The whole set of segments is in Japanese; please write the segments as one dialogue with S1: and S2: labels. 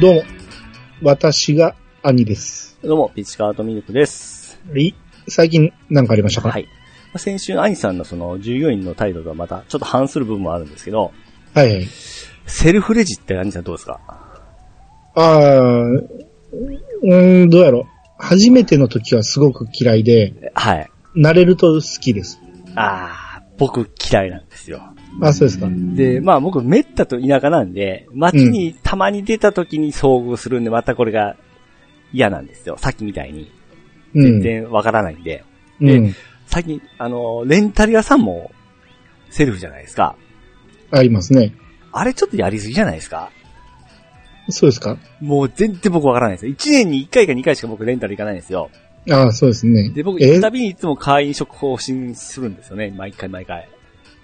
S1: どうも、私が兄です。
S2: どうも、ピチカートミルクです。
S1: い最近何かありましたか
S2: はい。まあ先週、アニさんのその従業員の態度とはまたちょっと反する部分もあるんですけど、
S1: はいはい。
S2: セルフレジってアニさんどうですか
S1: あー、うーん、どうやろう。初めての時はすごく嫌いで、
S2: えはい。
S1: 慣れると好きです。
S2: あー、僕嫌いなんですよ。
S1: あ、そうですか。
S2: で、まあ僕、めったと田舎なんで、街にたまに出た時に遭遇するんで、またこれが嫌なんですよ。さっきみたいに。
S1: う
S2: 全
S1: ん。
S2: 然わからないんで。
S1: うん。
S2: 最近、あの、レンタル屋さんも、セルフじゃないですか。
S1: ありますね。
S2: あれちょっとやりすぎじゃないですか
S1: そうですか。
S2: もう全然僕わからないですよ。1年に1回か2回しか僕レンタル行かないんですよ。
S1: あー、そうですね。
S2: で、僕行
S1: え
S2: くたびにいつも会員職更新するんですよね。毎回毎回。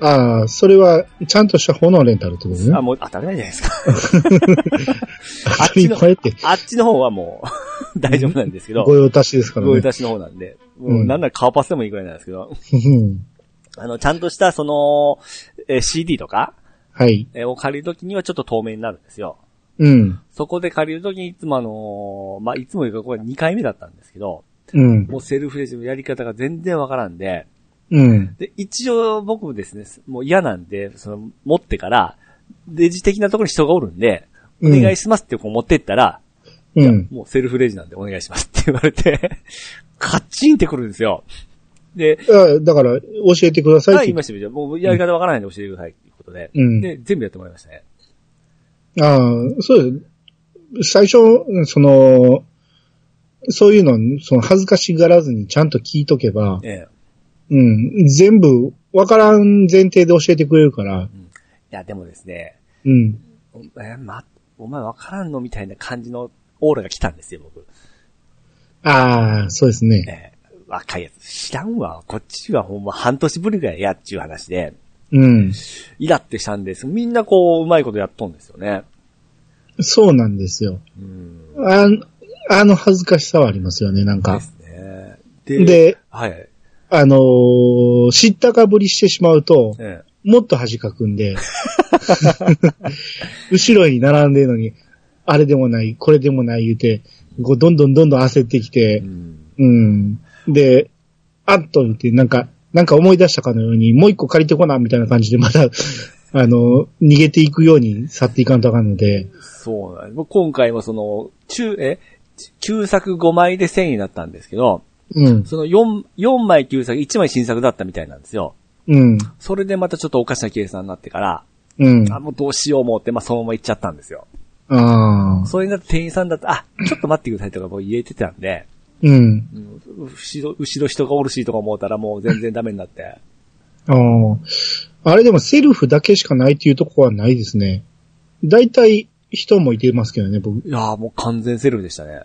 S1: あー、それは、ちゃんとした方のレンタルってことね。
S2: あ、もう当たり前じゃないですか。
S1: 当たり前って、
S2: あっちの方はもう大丈夫なんですけど
S1: ご、用達ですから
S2: ご
S1: ね
S2: 用。達の方なんで。
S1: うん
S2: もうなんなら顔パスでもいいくらいなんですけど、
S1: うん
S2: あの、ちゃんとしたその、えー CD とか
S1: はい。
S2: えーを借りるときにはちょっと透明になるんですよ。
S1: うん。
S2: そこで借りるときにいつもあのーまあ、いつもよりかこれ2回目だったんですけど、
S1: うん。
S2: もうセルフレジのやり方が全然わからんで、
S1: うん。
S2: で、一応僕ですね、もう嫌なんで、その、持ってから、レジ的なところに人がおるんで、お
S1: うん
S2: 願いしますってこう持ってったら、
S1: うん。
S2: もうセルフレジなんでお願いしますって言われて、 カッチンってくるんですよ。で、
S1: あだから、教えてくださいっ
S2: は
S1: て言
S2: い、言い
S1: っ
S2: ましたよじゃあもうやり方わからないんで教えてくださいっていうことで、
S1: うん
S2: で、全部やってもらいましたね。
S1: ああ、そうです。最初、その、そういうの、その恥ずかしがらずにちゃんと聞いとけば、
S2: ええ。
S1: うん、全部わからん前提で教えてくれるから、
S2: いや、でもですね、
S1: うん。
S2: おえま、お前わからんのみたいな感じのオーラが来たんですよ、僕。
S1: ああ、そうですね。
S2: ええ。若いやつ、知らんわ。こっちはほんま半年ぶりぐらいやっちゅう話で。
S1: うん。
S2: イラってしたんです。みんなこう、うまいことやっとんですよね。
S1: そうなんですよ。
S2: うん。
S1: ああの恥ずかしさはありますよね、なん
S2: で
S1: か。
S2: すね。で、
S1: で、
S2: はいはい。
S1: あのー知ったかぶりしてしまうと、
S2: え
S1: もっと恥かくんで、 後ろに並んでるのに、あれでもない、これでもない言うて、こうどんどんどんどん焦ってきて
S2: えう、ん。
S1: うん。で、あっと言って、なんか、なんか思い出したかのように、もう一個借りてこな、みたいな感じで、また、あの、逃げていくように去っていかんとあかんので、
S2: そうなんです。僕今回はその、中、え旧作5枚で1000円だったんですけど、
S1: うん、
S2: その4、四枚旧作、1枚新作だったみたいなんですよ。
S1: うん、
S2: それでまたちょっとおかしな計算になってから、
S1: うん。
S2: あ、
S1: あ
S2: もうどうしよう思って、まあそのまま行っちゃったんですよ。
S1: あー、
S2: それになって店員さんだったあ、ちょっと待ってくださいとかもう言えてたんで、
S1: うん。
S2: うん後ろ、後ろ人がおるしとか思ったらもう全然ダメになって。
S1: ああ。あれでもセルフだけしかないっていうとこはないですね。大体人もいてますけどね、僕。
S2: いやーもう完全セルフでしたね。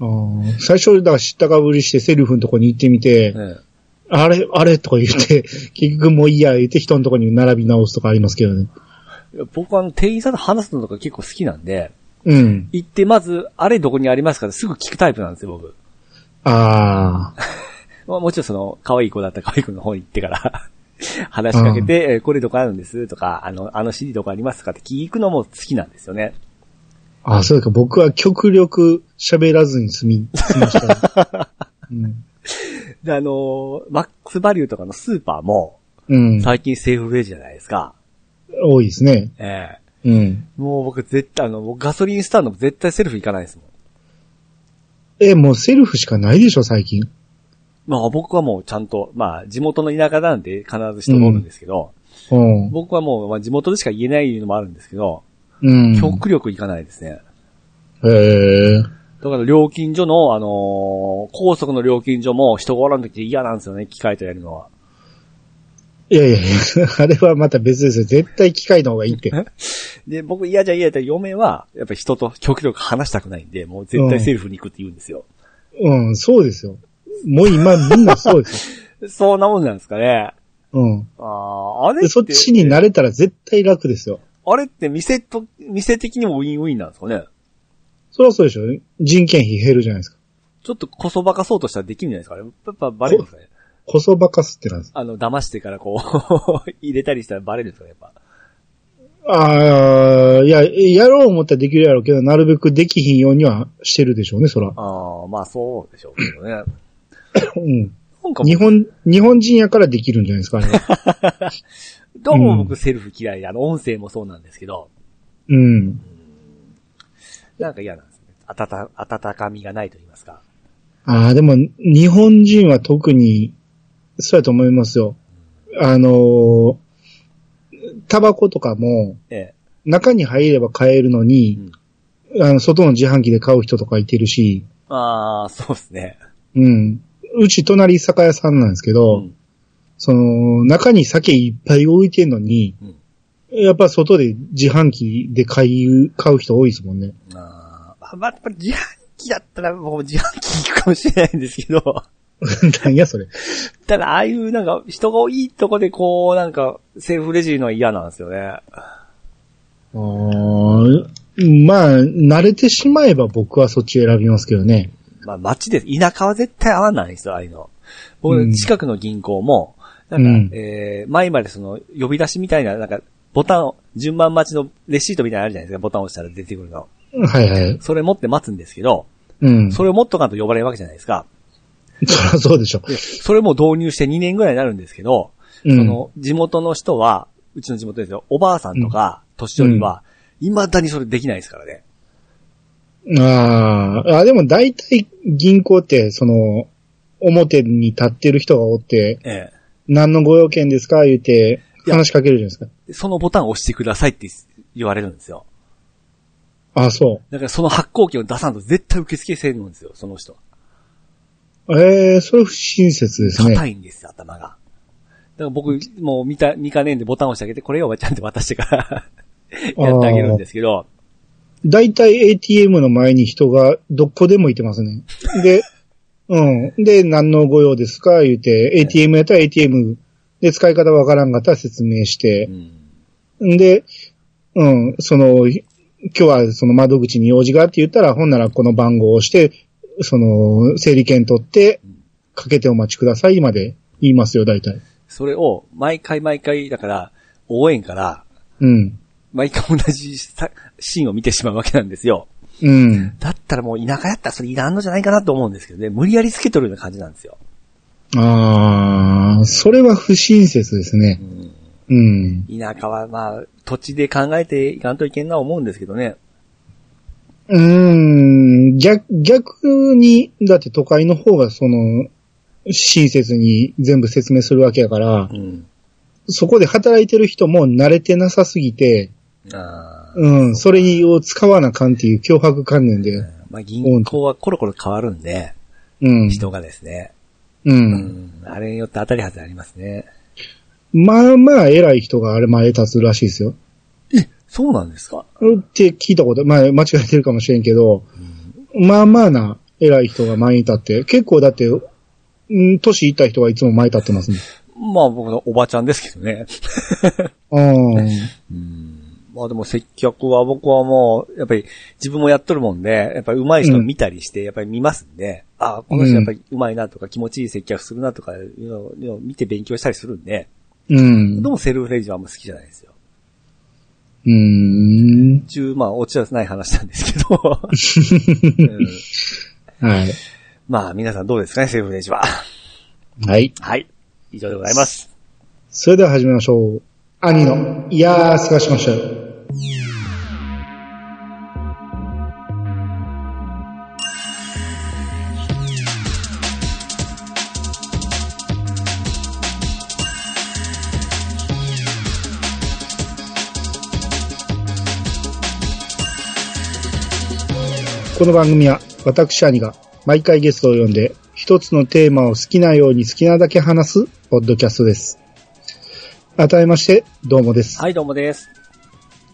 S1: あー最初、だから知ったかぶりしてセルフのとこに行ってみて、
S2: え
S1: あれ、あれとか言って、結局もういいや言って人のとこに並び直すとかありますけどね。
S2: え僕はあの店員さんと話すのとか結構好きなんで、
S1: うん。
S2: 行ってまず、あれどこにありますかってすぐ聞くタイプなんですよ、僕。
S1: ああ。
S2: まあ、もちろんその、可愛い子だったら可愛い子の方に行ってから、 話しかけて、えーこれどこあるんですとか、あの、あの CD どこありますかって聞くのも好きなんですよね。
S1: ああ、そうか。僕は極力喋らずに済み、済ました。 うん。
S2: で、あのーマックスバリューとかのスーパーも、
S1: うん。
S2: 最近セーフウェイじゃないですか。
S1: 多いですね。
S2: ええ
S1: うん。
S2: もう僕絶対、あの、僕ガソリンスタンドも絶対セルフ行かないですもん。
S1: え、もうセルフしかないでしょ、最近。
S2: まあ僕はもうちゃんと、まあ地元の田舎なんで必ず人がおるんですけど、
S1: うん。
S2: 僕はもう、まあ、地元でしか言えないのもあるんですけど、
S1: うん。
S2: 極力行かないですね。
S1: へえ。
S2: だから料金所の、あのー高速の料金所も人がおらんとき嫌なんですよね、機械とやるのは。
S1: いやいやいや、 あれはまた別ですよ。絶対機械の方がいいって。
S2: で、僕嫌じゃ嫌だって嫁は、やっぱり人と極力話したくないんで、もう絶対セルフに行くって言うんですよ。
S1: うん、そうですよ。もう今みんなそうですよ。
S2: そんなもんなんですかね。
S1: うん。
S2: ああ、あれっ
S1: で
S2: て、
S1: そっちに慣れたら絶対楽ですよ。
S2: あれって店と、店的にもウィンウィンなんですかね。
S1: そりゃそうでしょ。人件費減るじゃないですか。
S2: ちょっとこそばかそうとしたらできるんじゃないですかね。やっぱバレるんですかね。
S1: こそばかすってなんです。
S2: あの、騙してからこう、入れたりしたらバレるんですかね、やっぱ。
S1: ああ、いや、やろう思ったらできるやろうけど、なるべくできひんようにはしてるでしょうね、そら。
S2: ああ、まあそうでしょうけどね。なん
S1: うん。
S2: か
S1: 日本、日本人やからできるんじゃないですか、ね、
S2: どうも僕セルフ嫌いで、あの、音声もそうなんですけど、
S1: うん。
S2: なんか嫌なんですね。温か、温かみがないと言いますか。
S1: ああ、でも、日本人は特に、そうやと思いますよ。あのータバコとかも、
S2: え
S1: 中に入れば買えるの
S2: え。
S1: に、あの、外の自販機で買う人とかいてるし、
S2: ああ、そうですね。
S1: うん。うち隣酒屋さんなんですけど、
S2: うん
S1: その、中に酒いっぱい置いてんのに、
S2: うん
S1: やっぱ外で自販機で買い、買う人多いですもんね。
S2: あーまあ、やっぱり自販機だったらもう自販機行くかもしれないんですけど、
S1: なんやそれ。
S2: ただああいうなんか人がいいとこでこうなんかセルフレジのは嫌なんですよね。
S1: あーまあ、慣れてしまえば僕はそっち選びますけどね。
S2: まあ街で、田舎は絶対合わないんですよ、ああいうの。
S1: う
S2: 僕、
S1: ん
S2: 近くの銀行も、なんか、
S1: うん
S2: えー前までその、呼び出しみたいな、なんか、ボタンを、順番待ちのレシートみたいなのあるじゃないですか、ボタンを押したら出てくるの。
S1: はいはい。
S2: それ持って待つんですけど、
S1: うん。そ
S2: それを持っとかんと呼ばれるわけじゃないですか。
S1: らそうでしょ。
S2: で、それも導入して2年ぐらいになるんですけど、
S1: うん
S2: その、地元の人は、うちの地元ですよ、おばあさんとか、年寄りは、未だにそれできないですからね。
S1: あーあ、でも大体銀行って、その、表に立ってる人がおって、
S2: ええ。
S1: 何のご用件ですか言うて、
S2: いや
S1: 話しかけるじゃないですか。
S2: でそのボタンを押してくださいって言われるんですよ。
S1: あそ
S2: だからその発行機を出さんと絶対受付せるんですよ、その人。
S1: う。ええそれ不親切ですね。
S2: 硬いんですよ、頭が。だから僕、もう見た、見かねえんでボタン押してあげて、これよ、おばちゃんって渡してから、 やってあげるんですけど、
S1: 大体 ATM の前に人がどこでもいてますね。で、 うん。で、何のご用ですか言うて、ATM やったら ATM で使い方わからんかったら説明して
S2: う、ん。
S1: んで、うん、その、今日はその窓口に用事があって言ったら、ほんならこの番号を押して、その、整理券取って、かけてお待ちくださいまで言いますよ、大体。
S2: それを、毎回毎回、だから、応援から、
S1: うん。
S2: 毎回同じさシーンを見てしまうわけなんですよ。
S1: うん。
S2: だったらもう田舎やったらそれいらんのじゃないかなと思うんですけどね、無理やりつけとるような感じなんですよ。
S1: ああ、それは不親切ですね
S2: う。ん。
S1: うん。
S2: 田舎はまあ、土地で考えていかんといけんな思うんですけどね。
S1: うーん、逆、逆に、だって都会の方がその、親切に全部説明するわけやから
S2: う、ん。
S1: そこで働いてる人も慣れてなさすぎて、
S2: あー
S1: うん、それを使わなあかんっていう脅迫観念で、
S2: まあ、銀行はコロコロ変わるんで、
S1: うん。
S2: 人がですね。
S1: う。
S2: うんん。あれによって当たり外れありますね。
S1: まあまあ偉い人があれ前へ立つらしいですよ。
S2: そうなんですか
S1: って聞いたこと、まあ間違えてるかもしれんけど、まあまあな偉い人が前に立って、結構だって、うん、年いった人はいつも前に立ってますね。
S2: まあ僕のおばちゃんですけど ね。
S1: うん。
S2: うん。まあでも接客は僕はもう、やっぱり自分もやっとるもんで、やっぱり上手い人見たりして、やっぱり見ますんで、ああ、この人やっぱり上手いなとか気持ちいい接客するなとかいうのをいうのを見て勉強したりするんで、
S1: うん
S2: どう。もセルフレジはあんま好きじゃないですよ。
S1: うーん。
S2: 中、まあ落ちはない話なんですけ ど、うん
S1: はい。
S2: まあ皆さんどうですかね、セルフレジは。
S1: はい。
S2: はい。以上でございます。
S1: それでは始めましょう。兄の、いやー、探しましたよ。この番組は、私兄が、毎回ゲストを呼んで、一つのテーマを好きなように好きなだけ話す、ポッドキャストです。改めまして、どうもです。
S2: はい、どうもです。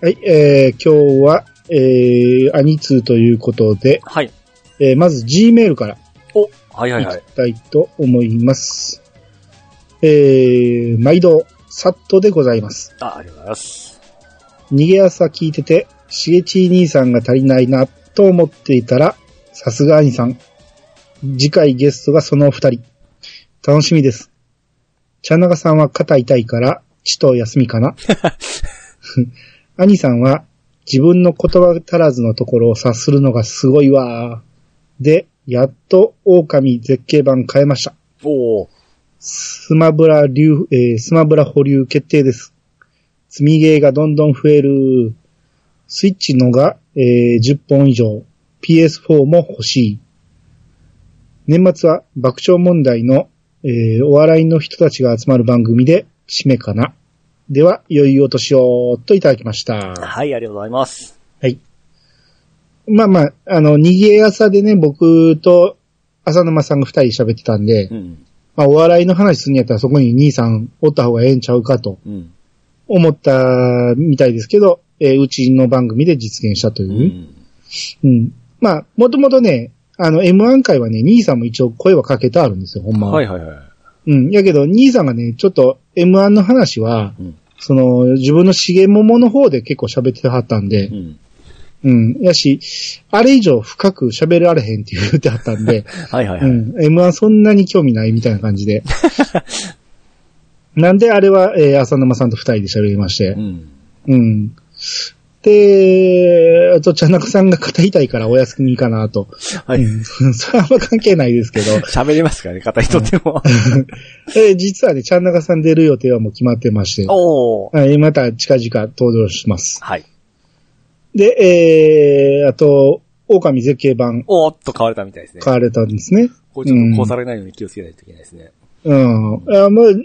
S1: はい、えー、今日は、えー、アニツーということで、
S2: はい。
S1: えー、まず G メールから
S2: お、はいはい
S1: い
S2: は
S1: き
S2: い。
S1: たいと思います。えー、毎度、サットでございます。
S2: あ、ありがとうございます。
S1: 逃げ朝聞いてて、しげち兄さんが足りないな、と思っていたら、さすが兄さん。次回ゲストがそのお二人。楽しみです。茶長さんは肩痛いから、ちと休みかな。兄さんは、自分の言葉足らずのところを察するのがすごいわー。で、やっと狼絶景版変えました。
S2: おお。
S1: スマブラ流、えースマブラ保留決定です。積みゲーがどんどん増える。スイッチのが、えー10本以上。PS4 も欲しい。年末は爆笑問題の、えーお笑いの人たちが集まる番組で締めかな。では、良いお年をといただきました。
S2: はい、ありがとうございます。
S1: はい。まあまあ、あの、逃げ朝でね、僕と浅沼さんが二人喋ってたんで、
S2: うん。
S1: まあ、お笑いの話すんやったらそこに兄さんおった方がええんちゃうかと
S2: うん。
S1: 思ったみたいですけど、えーうちの番組で実現したというう。う
S2: ん。
S1: ん。まあ、もともとね、あの、M1 回はね、兄さんも一応声はかけてあるんですよ、ほんまは。
S2: はいはいはい。
S1: うん。やけど、兄さんがね、ちょっと M1 の話は、
S2: うん
S1: その、自分の重桃の方で結構喋ってはったんで
S2: う、ん。
S1: うん。やし、あれ以上深く喋られへんって言ってはったんで、
S2: はいはいは
S1: う
S2: い。
S1: ん。M1 そんなに興味ないみたいな感じで。なんであれは、えー浅沼さんと二人で喋りまして
S2: う。ん。
S1: うん。で、あと、ちゃなくさんが肩痛いからお休みかなと。
S2: はい。
S1: うんそれはあんま関係ないですけど。
S2: 喋れますからね、片人でも。
S1: えー実はね、ちゃんなかさん出る予定はもう決まってまして。
S2: おお。
S1: はいまた近々登場します。
S2: はい。
S1: で、えー、あと、狼絶景版
S2: おーっと買われたみたいですね。
S1: 買われたんですね。
S2: これちょっとこうされないように気をつけないといけないですね。
S1: うん。あもう、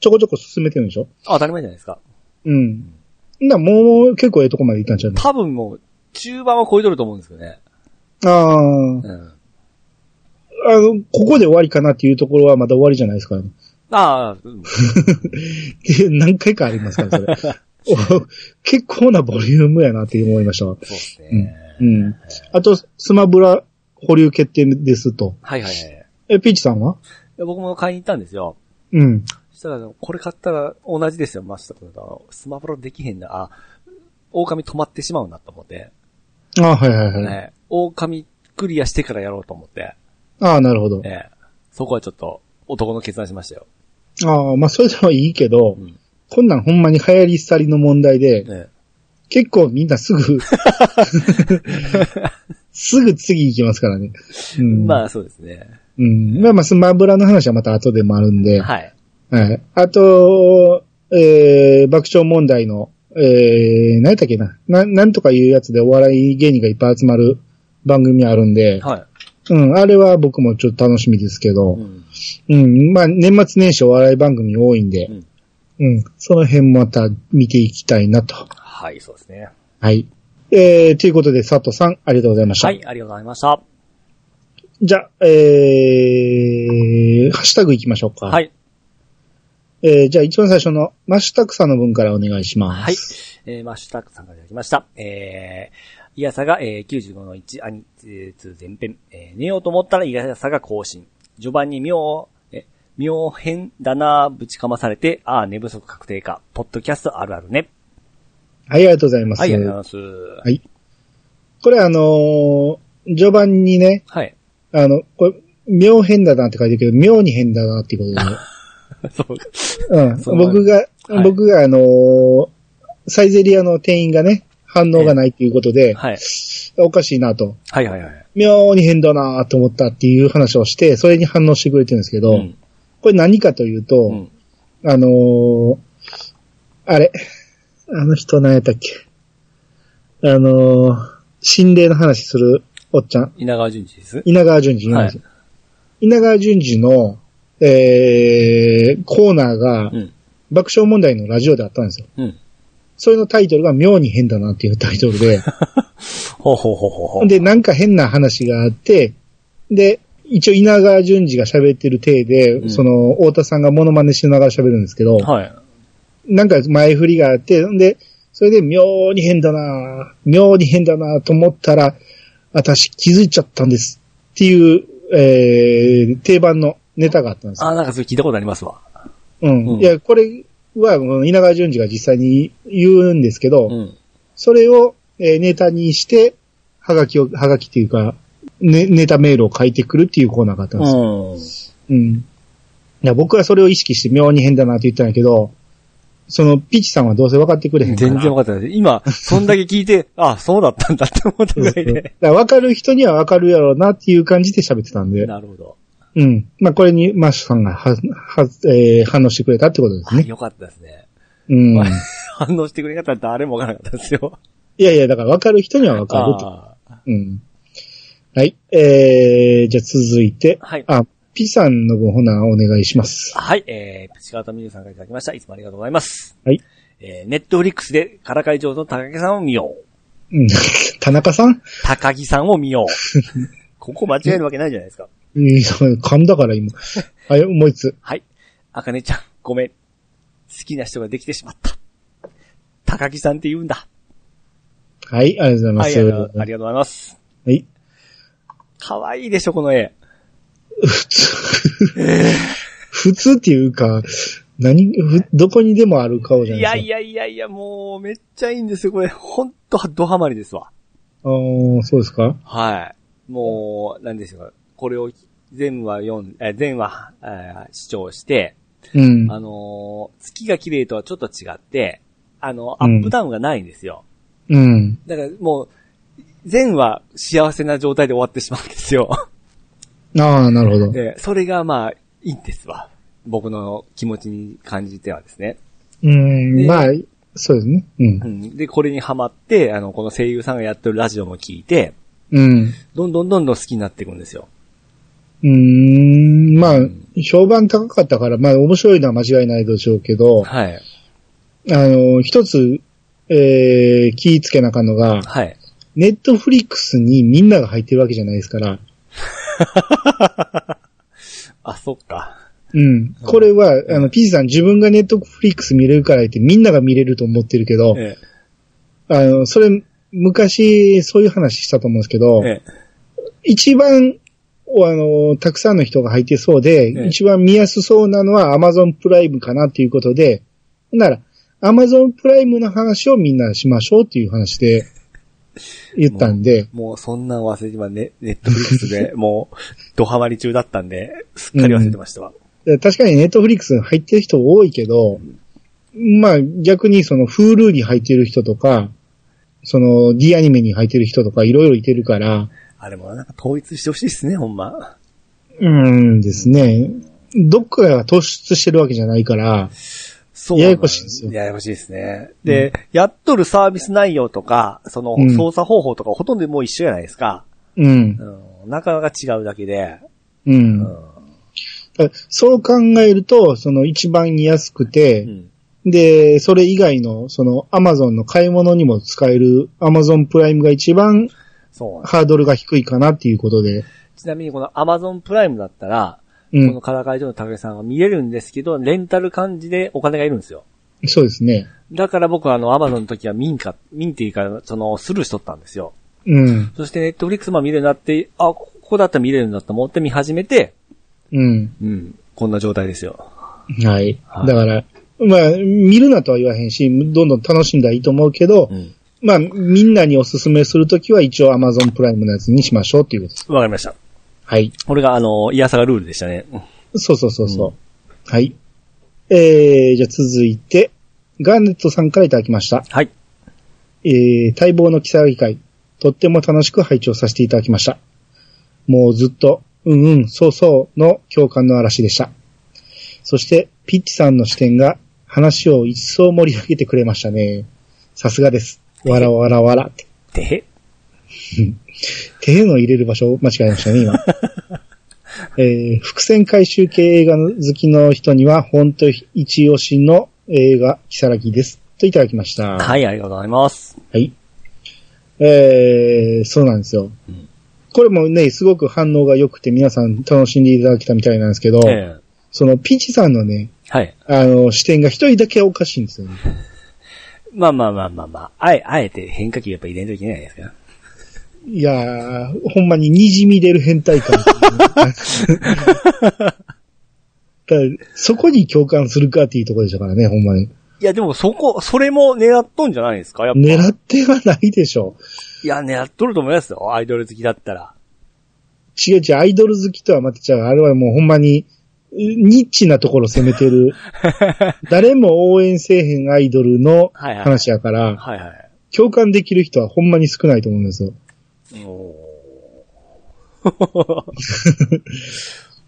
S1: ちょこちょこ進めてるんでしょ
S2: あ、当たり前じゃないですか。
S1: うん。な、もう結構ええとこまで行ったんちゃうの
S2: 多分もう、中盤は超えとると思うんですよね。
S1: あ
S2: うん。
S1: あ、あの、ここで終わりかなっていうところはまだ終わりじゃないですから、ね。
S2: ああ、うん
S1: で 何回かありますから、それ。 お結構なボリュームやなって思いましたわ。
S2: そうですね。
S1: うん。あと、スマブラ保留決定ですと。
S2: はいはいはい。いや
S1: え、ピーチさんは
S2: 僕も買いに行ったんですよ。
S1: うん。
S2: そしたら、これ買ったら同じですよ、マスターと。スマブラできへんな。あ、狼止まってしまうなと思って。
S1: あはいはいはい。
S2: ね、狼クリアしてからやろうと思って。
S1: ああ、なるほど。
S2: ね、そこはちょっと男の決断しましたよ。
S1: ああ、まあ、それでもいいけど、
S2: ん
S1: こんなんほんまに流行り廃りの問題で、
S2: ね、
S1: 結構みんな すぐ、すぐ次行きますからね。うん、
S2: まあそうですね。
S1: うん。まあまあ、スマブラの話はまた後でもあるんで。は
S2: はい。
S1: い。あと、えー、爆笑問題の、えー、何やったっけな。な、なんとかいうやつでお笑い芸人がいっぱい集まる番組あるんで。
S2: は
S1: うん。あれは僕もちょっと楽しみですけ
S2: い。う
S1: ど。
S2: ん。
S1: うん。まあ、年末年始お笑い番組多いんで。
S2: うん
S1: うん。その辺また見ていきたいなと。
S2: はい、そうですね。
S1: はい。えー、ということで、佐藤さん、ありがとうございました。
S2: は。い、ありがとうございました。
S1: じゃあ、えー、ハッシュタグ行きましょうか。
S2: はい。
S1: えーじゃあ一番最初のマッシュタクさんの分からお願いします。
S2: はい。えー、マッシュタクさんからいただきました。えー、イヤサが、えー、95の1、アニ2前編。えー、寝ようと思ったらイヤサが更新。序盤に妙、え、妙変だなぶちかまされて、あー寝不足確定か。ポッドキャストあるあるね。
S1: はい、ありがとうございます。
S2: はい、ありがとうございます。
S1: これあのー序盤にね、
S2: はい。
S1: あの、これ、妙変だなって書いてるけど、妙に変だなっていうこ
S2: そう。
S1: とで、
S2: そ
S1: うん。
S2: う
S1: 僕が、
S2: はい
S1: 僕があのーサイゼリアの店員がね、反応がないっていうことで、
S2: はい。
S1: おかしいなと、
S2: はいはいはい。
S1: 妙に変だなと思ったっていう話をして、それに反応してくれてるんですけど、
S2: うん。
S1: これ何かというと、
S2: うん。
S1: あのー、あれ、あの人何やったっけ。あのー、心霊の話するおっちゃん、
S2: 稲川淳二です。
S1: 稲川淳二、
S2: はい
S1: 稲川淳二の、えー、コーナーが
S2: うん。
S1: 爆笑問題のラジオであったんですよ。
S2: うん。
S1: それのタイトルが妙に変だなっていうタイトル で、
S2: ほうほうほうほうほう。
S1: で、なんか変な話があって、で、一応稲川淳二が喋ってる体で、
S2: うん
S1: その、太田さんがモノマネしながら喋るんですけど、
S2: はい。
S1: なんか前振りがあって、んで、それで妙に変だなぁ妙に変だなぁと思ったら、私気づいちゃったんですっていう、えー、定番のネタがあったんですよ。
S2: あー、なんかそれ聞いたことありますわ。
S1: うん。
S2: うん
S1: いや、これは、うん稲川淳二が実際に言うんですけど、
S2: うん。
S1: それを、えーネタにして、はがきを、はがきっていうか、ね、ネタメールを書いてくるっていうコーナーがあったんですよ
S2: うん。
S1: うん。いや、僕はそれを意識して妙に変だなって言ったんだけど、その、ピチさんはどうせ分かってくれへんから。
S2: 全然分かってないです。今、そんだけ聞 いて、あ、そうだったんだって思ったぐらい
S1: うんだか
S2: で。
S1: ら分かる人には分かるやろうなっていう感じで喋ってたんで。
S2: なるほど。
S1: うん。まあ、これにマッシュさんがは、は、えー反応してくれたってことです
S2: あ、
S1: ね。
S2: よかったですね。
S1: うん。
S2: 反応してくれなかったら誰もわからなかったですよ。
S1: いやいや、だから分かる人には分かると。
S2: ああ
S1: うん。はい。えー、じゃあ続いて。
S2: はい
S1: あ、ピさんの分、ほな、お願いします。
S2: はい、えー、プチカートミルさんからいただきました。いつもありがとうございます。
S1: はい。
S2: えー、ネットフリックスで、からかい上手の高木さんを見よう。
S1: うん。 田中さん
S2: 高木さんを見よう。 ここ間違えるわけないじゃないですか。
S1: うん、そう噛んだから 今。はい、もう一つ。
S2: はい。あかねちゃん、ごめん。好きな人ができてしまった。高木さんって言うんだ。
S1: はい、ありがとうご
S2: はい、
S1: ざ
S2: あ
S1: い
S2: り
S1: ます。
S2: がとうありがとうございます。
S1: はい。
S2: かわいいでしょ、この絵。
S1: 普通。普通っていうか、何、ふどこにでもある顔
S2: い
S1: じゃな
S2: や
S1: いで
S2: い
S1: す
S2: やいやいや、もう、めっちゃいいんですよ。これ、ほんと、ドハマりですわ。
S1: か。ああ、そうですか
S2: はい。もう、なんですか。これを全話読ん、え、全話、えー視聴して、
S1: うん。
S2: あ
S1: う
S2: のー月が綺麗とはちょっと違って、あの、ア
S1: うん
S2: ップダウンがないんですよ。
S1: ん。
S2: だからもう、全話幸せな状態で終わってしまうんです よ。
S1: ああ、なるほど。
S2: で、それがまあ、いいんですわ。僕の気持ちに感じてはですね。
S1: うん、
S2: で
S1: まあ、そうですね。うん
S2: う。ん、で、これにハマって、あの、この声優さんがやってるラジオも聞いて、
S1: うん。
S2: どんどんどんどん好きになっていくんですよ。
S1: うーん、まあ、評判高かったから、まあ、面白いのは間違いないでしょうけど、あ
S2: はい。
S1: の、一つ、えー、気ぃつけなあかんのが、
S2: はい。
S1: ネットフリックスにみんなが入ってるわけじゃないですから、
S2: あ、そっか。
S1: うん。これは、あの、ピーチさん自分がネットフリックス見れるから言ってみんなが見れると思ってるけど、
S2: え
S1: あの、それ、昔、そういう話したと思うんですけど
S2: え。、え
S1: 一番、あの、たくさんの人が入ってそうで、
S2: ええ
S1: 一番見やすそうなのは Amazon プライムかなっていうことで、なら、Amazon プライムの話をみんなしましょうっていう話で言ったんで
S2: え、もうそんなん忘れて、今ね、ネットフリック スでもう、ドハマり中だったんで、すっかり忘れてましたわ。
S1: で確かにネットフリックス入ってる人多いけど、まあ逆にその Hulu に入ってる人とか、その D アニメに入ってる人とかいろいろいてるから、
S2: あれもなんか統一してほしいですね、ほんま。
S1: うーんですね。どっかが突出してるわけじゃないから、
S2: そう。
S1: ややこしいですよ
S2: ややこしいですね。で、やっとるサービス内容とか、その
S1: うん
S2: 操作方法とかほとんどもう一緒じゃないですか。
S1: うん
S2: う。ん、なかなか違うだけで。
S1: う。
S2: うんん。
S1: そう考えると、その一番安く
S2: う
S1: て、
S2: ん。
S1: で、それ以外の、そのアマゾンの買い物にも使えるアマゾンプライムが一番
S2: そうなんです。
S1: ハードルが低いかなっていうことで、
S2: ちなみにこの Amazon プライムだったら、
S1: う
S2: この
S1: ん。
S2: からかい所の竹さんは見れるんですけど、レンタル感じでお金がいるんですよ。
S1: そうですね。
S2: だから僕はあの、アマゾンの時は民家、民っていうか、その、スルーしとったんですよ。
S1: うん。
S2: そしてネットフリックスも見れるようになって、あ、ここだったら見れるんだと思って見始めて、
S1: うん。
S2: うん、こんな状態ですよ。
S1: はい
S2: は。い
S1: だから、まあ、見るなとは言わへんし、どんどん楽しんだらいいと思うけど、
S2: うん。
S1: まあ、みんなにおすすめするときは一応アマゾンプライムのやつにしましょうっていうことです。
S2: わかりました。
S1: はい。
S2: これがあの、イヤサがルールでしたね。
S1: そうそうそうそう。はい。えー、じゃあ続いて、ガーネットさんからいただきました。
S2: はい。
S1: えー、待望の記載会、とっても楽しく拝聴させていただきました。もうずっと、うんうん、そうそうの共感の嵐でした。そして、ピッチさんの視点が話を一層盛り上げてくれましたね。さすがです。わらわらわらって。
S2: てへ。
S1: 手への入れる場所を間違えましたね、 今。えー、伏線回収系映画好きの人には、本当一押しの映画、キサラギです。といただきました。
S2: はい、ありがとうございます。
S1: はい。えー、そうなんですよ。
S2: ん
S1: これもね、すごく反応が良くて皆さん楽しんでいただけたみたいなんですけど、
S2: ええ
S1: そのピーチさんのね、
S2: はい。
S1: あの、視点が一人だけおかしいんですよね。
S2: まあまあまあまあまあ、あえ、あえて変化球やっぱ入れんといけないですから。
S1: いやー、ほんまに滲み出る変態感。ただそこに共感するかっていうところでしたからね、ほんまに。
S2: いやでもそこ、それも狙っとんじゃないですかやっぱ。
S1: 狙ってはないでしょ
S2: いや、狙っとると思いますよ。アイドル好きだったら。
S1: 違う違う、アイドル好きとはまた違う。あれはもうほんまに、ニッチなところ攻めてる、誰も応援せえへんアイドルの
S2: はいはい。
S1: 話やから、
S2: はいはい。
S1: 共感できる人はほんまに少ないと思うんですよ。
S2: おーまあ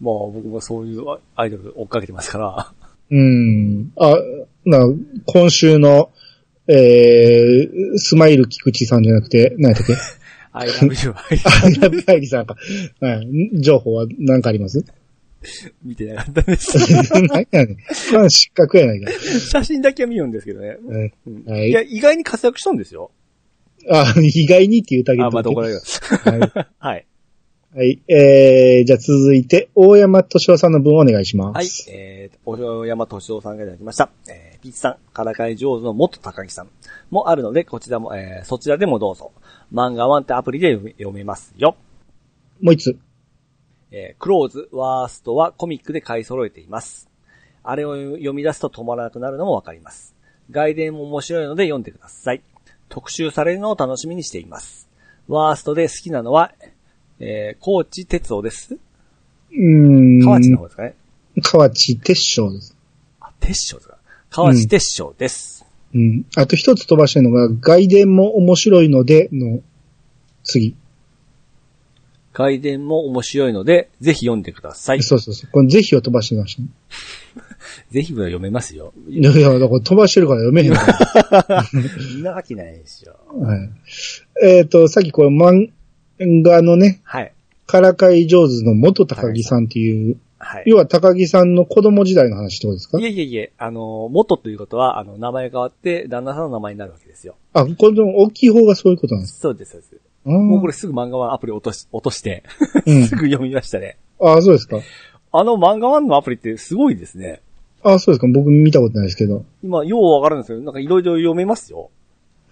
S2: 僕もそういうアイドル追っかけてますから。
S1: うん。あ、な、今週の、えー、スマイル菊池さんじゃなくて、何やったっけ
S2: I love you.
S1: あ、ラブ会議さんか。はい。情報は何かあります
S2: 見てなかったです。
S1: 何やねん。まあ失格やないか。
S2: 写真だけは見るんですけどね。
S1: うん
S2: うん
S1: はい
S2: いや、意外に活躍したんですよ。
S1: あ、意外にっていうだけ
S2: あ、また怒られ る。
S1: はい。
S2: はい。
S1: はい。えー、じゃあ続いて、大山敏夫さんの分お願いします。
S2: はい。えー、大山敏夫さんがいただきました。えー、ピーチさん、からかい上手の元高木さんもあるので、こちらも、えー、そちらでもどうぞ。漫画ワンってアプリで読め読めますよ。
S1: もう一つ。
S2: えークローズ、ワーストはコミックで買い揃えています。あれを読み出すと止まらなくなるのもわかります。外伝も面白いので読んでください。特集されるのを楽しみにしています。ワーストで好きなのは、えー、高知哲夫です。
S1: うーん。
S2: 河内の方ですかね。
S1: 河内鉄章です。
S2: あ、哲章ですか。河内哲章です。
S1: うん。あと一つ飛ばしてるのが、外伝も面白いので、の、次。
S2: 外伝も面白いので、ぜひ読んでください。
S1: そうそうそう。このぜひを飛ばしてましたね。
S2: ぜひは読めますよ。
S1: いやいや、だから飛ばしてるから読めへん から。
S2: みんな書きないでしょ。
S1: はい。えっ、と、さっきこれ漫画のね、
S2: はい。
S1: からかい上手の元高木さんっていう、
S2: はい。
S1: 要は高木さんの子供時代の話ってことですか
S2: いえいえいえ、あの、元ということは、あの、名前変わって、旦那さんの名前になるわけですよ。
S1: あ、この大きい方がそういうことなんです
S2: そうです、そうです。
S1: かも
S2: もうこれすぐ漫画ワンアプリ落とし、落として、
S1: うん
S2: すぐ読みましたね。
S1: あ、そうですか。
S2: あの漫画ワンのアプリってすごいですね。
S1: あ、そうですか。僕見たことないですけど。
S2: 今、ようわかるんですけど、なんかいろいろ読めますよ。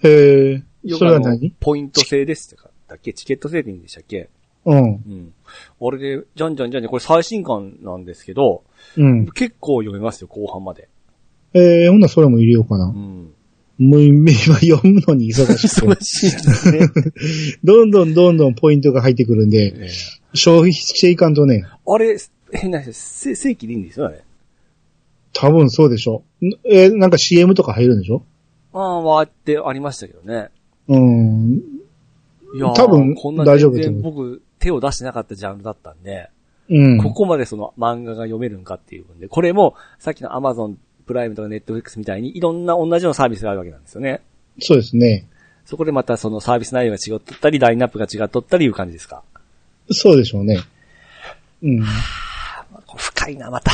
S1: へえ。
S2: よ
S1: そ
S2: く
S1: れ
S2: あ
S1: は
S2: の
S1: 何、
S2: ポイント制ですとか、だっけチケット制でいいんでしたっけ
S1: うん。
S2: うん。あれで、じゃんじゃんじゃんじゃん、これ最新刊なんですけど、
S1: うん。
S2: 結構読めますよ、後半まで。
S1: えー、ほんならそれも入れようかな。
S2: うん。
S1: もう今読むのに忙し
S2: 忙
S1: くて。
S2: しい ですね。
S1: どんどんどんどんポイントが入ってくるんで、
S2: ええ
S1: 消費していかんとね、
S2: あれ、変な話、せ正規でいいんですよね。
S1: 多分そうでしょ。んえー、なんか CM とか入るんでしょ
S2: ああ、わーってありましたけどね。
S1: うん。
S2: いやー
S1: 多分
S2: こんな
S1: 大丈夫
S2: 全
S1: だと思
S2: 然
S1: う
S2: 僕、手を出してなかったジャンルだったんで、
S1: うん。
S2: ここまでその漫画が読めるんかっていうんで、これも、さっきの Amazon プライムとか Netflix みたいに、いろんな同じようなサービスがあるわけなんですよね。
S1: そうですね。
S2: そこでまたそのサービス内容が違っとったり、ラインナップが違っとったりいう感じですか。
S1: そうでしょうね。うん。
S2: 深いな、また。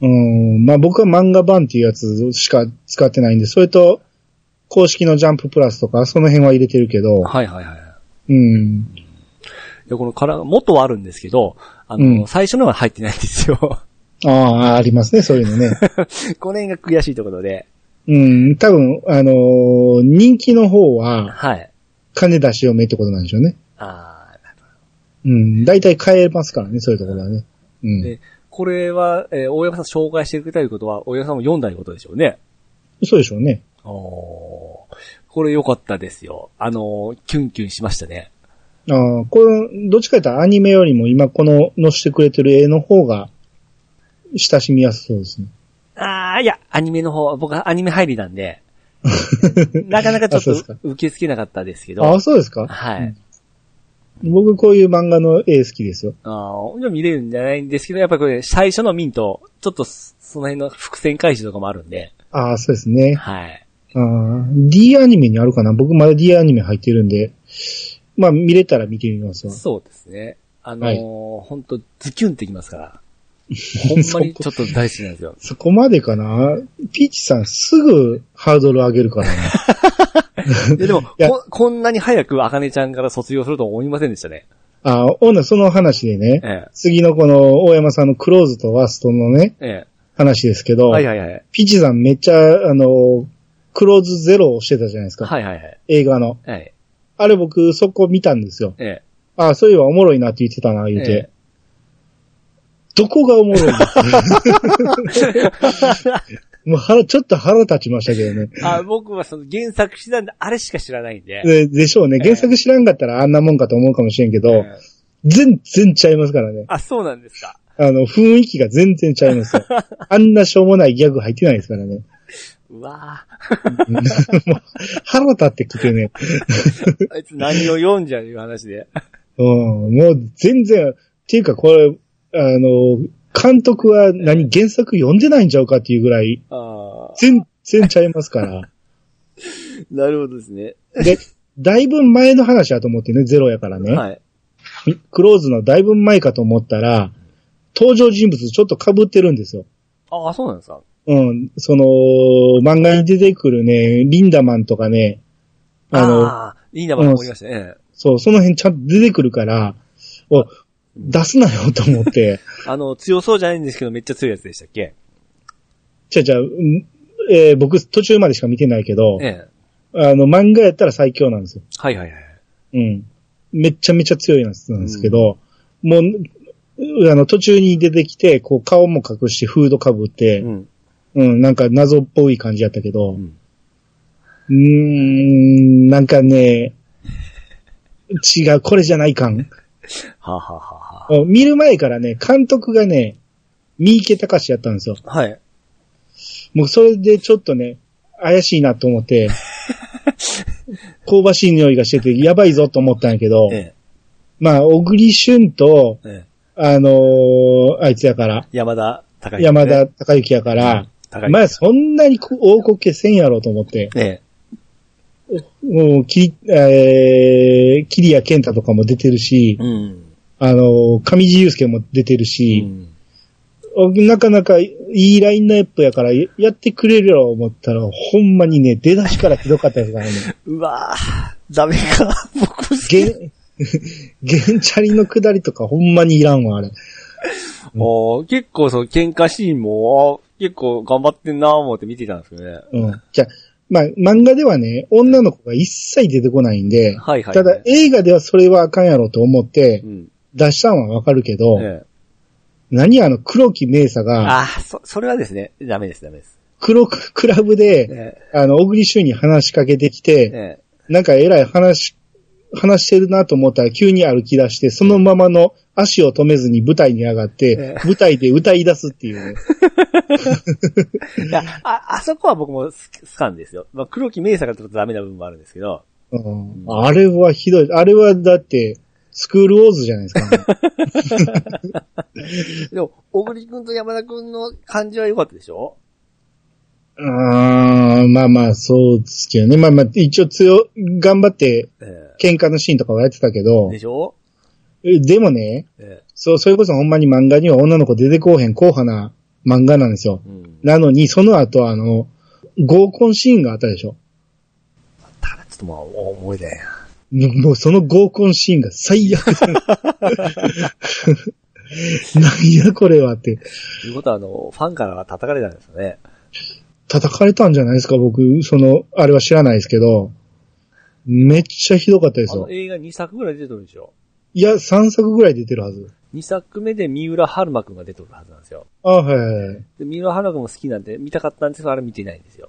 S1: うん。まあ僕は漫画版っていうやつしか使ってないんで、それと、公式のジャンププラスとか、その辺は入れてるけど、
S2: はいはいはい。
S1: うん。
S2: いや、このから、元はあるんですけど、あの、
S1: うん
S2: 最初のは入ってないんです よ。
S1: ああ、ありますね、そういうの ね。
S2: この辺が悔しいところで、
S1: うん、多分、あのー人気の方は、
S2: はい。
S1: 金出し読めってことなんでしょうね。
S2: ああ、
S1: うん、大体変えますからね、そういうところはね。うん。
S2: で、これは、えー大山さん紹介してくれたということは、大山さんも読んだということでしょうね。
S1: そうでしょうね。
S2: おこれ良かったですよ。あのーキュンキュンしましたね。
S1: ああ、これ、どっちかというとアニメよりも今この載せてくれてる絵の方が、親しみやすそうですね。
S2: ああ、いや、アニメの方、僕はアニメ入りなん で、なかなかちょ
S1: あ
S2: っ
S1: そうです
S2: と
S1: か
S2: 受け付けなかったですけ
S1: あ
S2: ど
S1: あ、、そうですか
S2: はい。
S1: 僕こういう漫画の絵好きですよ。
S2: あーじゃあ見れるんじゃないんですけど、やっぱりこれ最初のミント、ちょっとそその辺の伏線回収とかもあるんで、
S1: ああ、そうですね。
S2: はい。
S1: ああ、D アニメにあるかな僕まだ D アニメ入ってるんで、まあ見れたら見てみますわ。
S2: そうですね。あの
S1: は
S2: ー
S1: い
S2: ほんとズキュンってきます から。ほんまにちょっと大好きなんですよ。
S1: そこまでかなピーチさんすぐハードル上げる からね。
S2: い やでも、
S1: いや
S2: こ、こんなに早く、あかねちゃんから卒業するとは思いませんでしたね。
S1: あ、オーナーその話でね、
S2: え
S1: 次のこの大山さんのクローズとワーストのね、
S2: え。え
S1: 話ですけ
S2: え。
S1: ど、
S2: はいはいはい。
S1: ピーチさんめっちゃ、あの、クローズゼロをしてたじゃないですか、
S2: はいはいはい。
S1: 映画の。
S2: はい。
S1: あれ僕そこ見たんですよ。
S2: ええ。
S1: あ、そういえばおもろいなって言ってたな、言うて。
S2: え
S1: どこがお もろいのもう腹、ちょっと腹立ちましたけ どね。
S2: え あ、僕はその原作知らんで、あれしか知らないんで。
S1: ででしょうね。原作知らんかったらあんなもんかと思うかもしれんけど、
S2: ええ
S1: 全然ちゃいますからね。
S2: あ、そうなんですか。
S1: あの、雰囲気が全然ちゃいます よ。あんなしょうもないギャグ入ってないですからね。
S2: うわぁ。
S1: もう腹立ってきてね。
S2: あいつ何を読んじゃういう話で。
S1: うん、もう全然、っていうかこれ、あの、監督は何、原作読んでないんちゃうかっていうぐらい、
S2: ああ。
S1: 全然ちゃいますから。
S2: なるほどですね。
S1: で、だいぶ前の話だと思ってね、ゼロやからね。
S2: はい。
S1: クローズのだいぶ前かと思ったら、登場人物ちょっと被ってるんですよ。
S2: ああ、そうなんですか
S1: うん、その、漫画に出てくるね、リンダマンとかね、あの、
S2: あー、いい名前思いましたね。
S1: そう、その辺ちゃんと出てくるから、お、出すなよと思って、
S2: あの、強そうじゃないんですけど、めっちゃ強いやつでしたっけ
S1: じゃあじゃあ、うんえー僕途中までしか見てないけど、
S2: ええ。
S1: あの、漫画やったら最強なんですよ。
S2: はいはいはい。
S1: うん。めちゃめちゃ強いやつなんですけど、もう、うあの、途中に出てきて、こう、顔も隠して、フードかぶって、うん、
S2: ん。
S1: なんか謎っぽい感じやったけど、う
S2: う
S1: んーん、なんかね、違う、これじゃない 感。
S2: はあ、はあはあは
S1: 見る前からね、監督がね、三池隆やったんですよ。
S2: あ、はい。
S1: もうそれでちょっとね、怪しいなと思 って、香ばしい匂いがしてて、やばいぞと思ったんやけど、
S2: ええ。
S1: まあ、小栗旬と、
S2: ええ。
S1: あのーあいつやから、
S2: 山田高之、
S1: 山田孝之やから、
S2: 高之
S1: まあ、そんなにこ大こけせんやろうと思って、
S2: ええ。
S1: もう、き、えー、桐谷健太とかも出てるし、
S2: うん。
S1: あのー上地雄介も出てる
S2: う
S1: し、
S2: ん。
S1: なかなかいいラインナップやから、ややってくれるやろう思ったら、ほんまにね、出だしからひどかったですからね。
S2: うわぁ、ダメか。 僕好き。
S1: ゲ ン、ゲンチャリの下りとかほんまにいらんわ、あれ。
S2: もう、結構その喧嘩シーンも、あ結構頑張ってんなぁ思って見てたんですけどね。
S1: うん。じゃあまあ、漫画ではね、女の子が一切出てこないんで、
S2: はいはい。
S1: ただ映画ではそれはあかんやろと思って
S2: う、ん。
S1: 出したんはわかるけど、
S2: ええ。
S1: 何あの黒木メイサが、
S2: ああ、そ、それはですね、ダメです、ダメです。
S1: 黒く、クラブ
S2: え
S1: で、
S2: え。
S1: あの、小栗旬に話しかけてきて、
S2: え
S1: なんかえらい話、話してるなと思ったら急に歩き出して、そのままの足を止めずに舞台に上がって
S2: え、
S1: 舞台で歌い出すっていうね。
S2: え。いや、あ、あそこは僕も好き好かんですよ。まあ、黒木明さがちょっとダメな部分もあるんですけど。
S1: うんあれはひどい。あれはだって、スクールウォーズじゃない ですか。
S2: でも、小栗くんと山田くんの感じは良かったでしょ
S1: あーまあまあ、そうですけどね。まあまあ、一応強、頑張って
S2: え
S1: 喧嘩のシーンとかはやってたけ
S2: え。
S1: ど
S2: で、しょ
S1: えでもね、
S2: ええ。
S1: そう、それこそほんまに漫画には女の子出てこうへん、硬派な漫画なんですよ。
S2: うん。
S1: なのに、その後あの、合コンシーンがあったでしょ。
S2: ただ、ちょっとまあ、お思い出やん。
S1: ももうその合コンシーンが最悪。 なんやこれはって。
S2: ということは、あの、ファンから叩かれたんですよね。
S1: 叩かれたんじゃないですか、僕、その、あれは知らないですけど、めっちゃひどかったです
S2: あ
S1: よ
S2: の。映画2作ぐらい出てるでしょ
S1: いや、3作ぐらい出てるはず。
S2: ?2 作目で三浦春馬くんが出てるはずなんですよ。
S1: あはいはいはい。
S2: で、三浦春馬くんも好きなんで、見たかったんですけど、あれ見てないんですよ。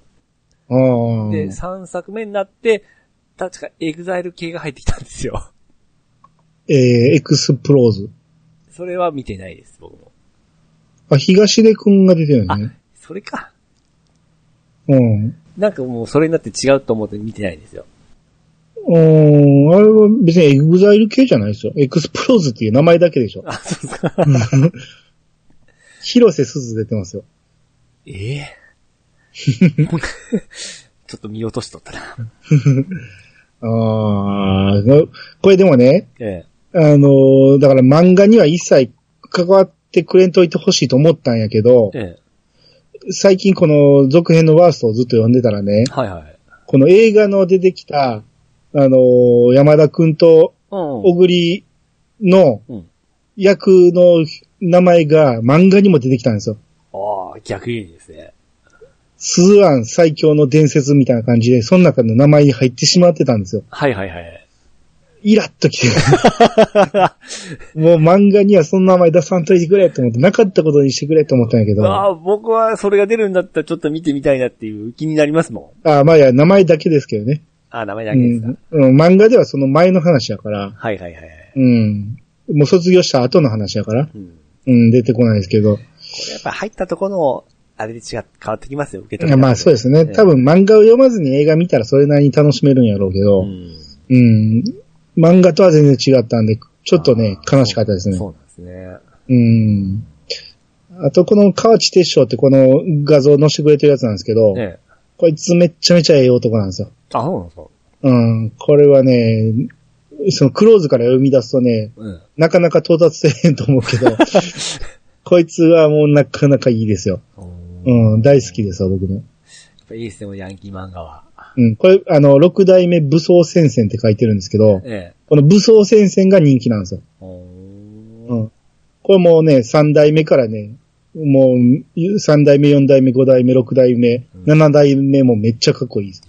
S1: あー
S2: で、3作目になって、確かエグザイル系が入ってきたんですよ。
S1: えー、エクスプローズ。
S2: それは見てないです、僕も。
S1: あ、東出くんが出てるんで
S2: あ
S1: すね。、
S2: それか。
S1: うん。
S2: なんかもうそれになって違うと思って見てないんですよ。
S1: うーん、あれは別にエグザイル系じゃないですよ。エクスプローズっていう名前だけでしょ。
S2: あ、そうですか。
S1: 広瀬すず出てますよ。
S2: ええ ちょっと見落としとったな。
S1: ああ、これでもね、
S2: え
S1: あのーだから漫画には一切関わってくれんといてほしいと思ったんやけど
S2: え、、え
S1: 最近この続編のワーストをずっと読んでたらね
S2: え、、はいはい。
S1: この映画の出てきた、あのー山田くんと
S2: うん。
S1: 小栗の
S2: うん
S1: 役の名前が漫画にも出てきたんですよ。
S2: ああ、逆にですね。
S1: 鈴蘭最強の伝説みたいな感じで、その中の名前に入ってしまってたんですよ。
S2: はいはいはい。
S1: イラッと きて、もう漫画にはその名前出さんといてくれと思って、なかったことにしてくれと思ったんやけど、
S2: あ
S1: あ
S2: あ、僕はそれが出るんだったらちょっと見てみたいなっていう気になりますもん。
S1: あ、まあいや、名前だけですけどね。
S2: ああ、名前だ
S1: う
S2: けですか。
S1: ん、うん漫画ではその前の話やから、
S2: はいはいはいはい。
S1: うん。もう卒業した後の話やから。
S2: うん。
S1: うん、出てこないですけ
S3: れ
S1: ど。
S3: やっぱ入ったところの、あれで違う、変わってきますよ、受け止
S1: い
S3: め
S1: や
S3: 方
S1: まあそうですね。多。分漫画を読まずに映画見たらそれなりに楽しめるんやろうけど、
S3: う
S1: うん
S3: ん
S1: うん。漫画とは全然違ったんで、ちょっとね、
S3: あー
S1: 悲しかったですね。
S3: そうなんですね。
S1: うん。あと、この河内鉄章ってこの画像載せてくれてるやつなんですけど、
S3: ね
S1: こいつめっちゃめちゃええ男なんですよ。
S3: あ、そうなんですか。
S1: うん。これはね、そのクローズから読み出すとね、
S3: うん。
S1: なかなか到達せえへんと思うけど、 こいつはもうなかなかいいですよ。
S3: やっ
S1: うん、大好きですわ、僕も。
S3: ぱいいですね、もうヤンキー漫画は。
S1: うん、これ、あの、六代目武装戦線って書いてるんですけど、
S3: ええ。
S1: この武装戦線が人気なんですよ。
S3: お
S1: う
S3: ー
S1: ん。これもうね、三代目からね、もう、三代目、四代目、五代目、六代目、七代目もめっちゃかっこいいです。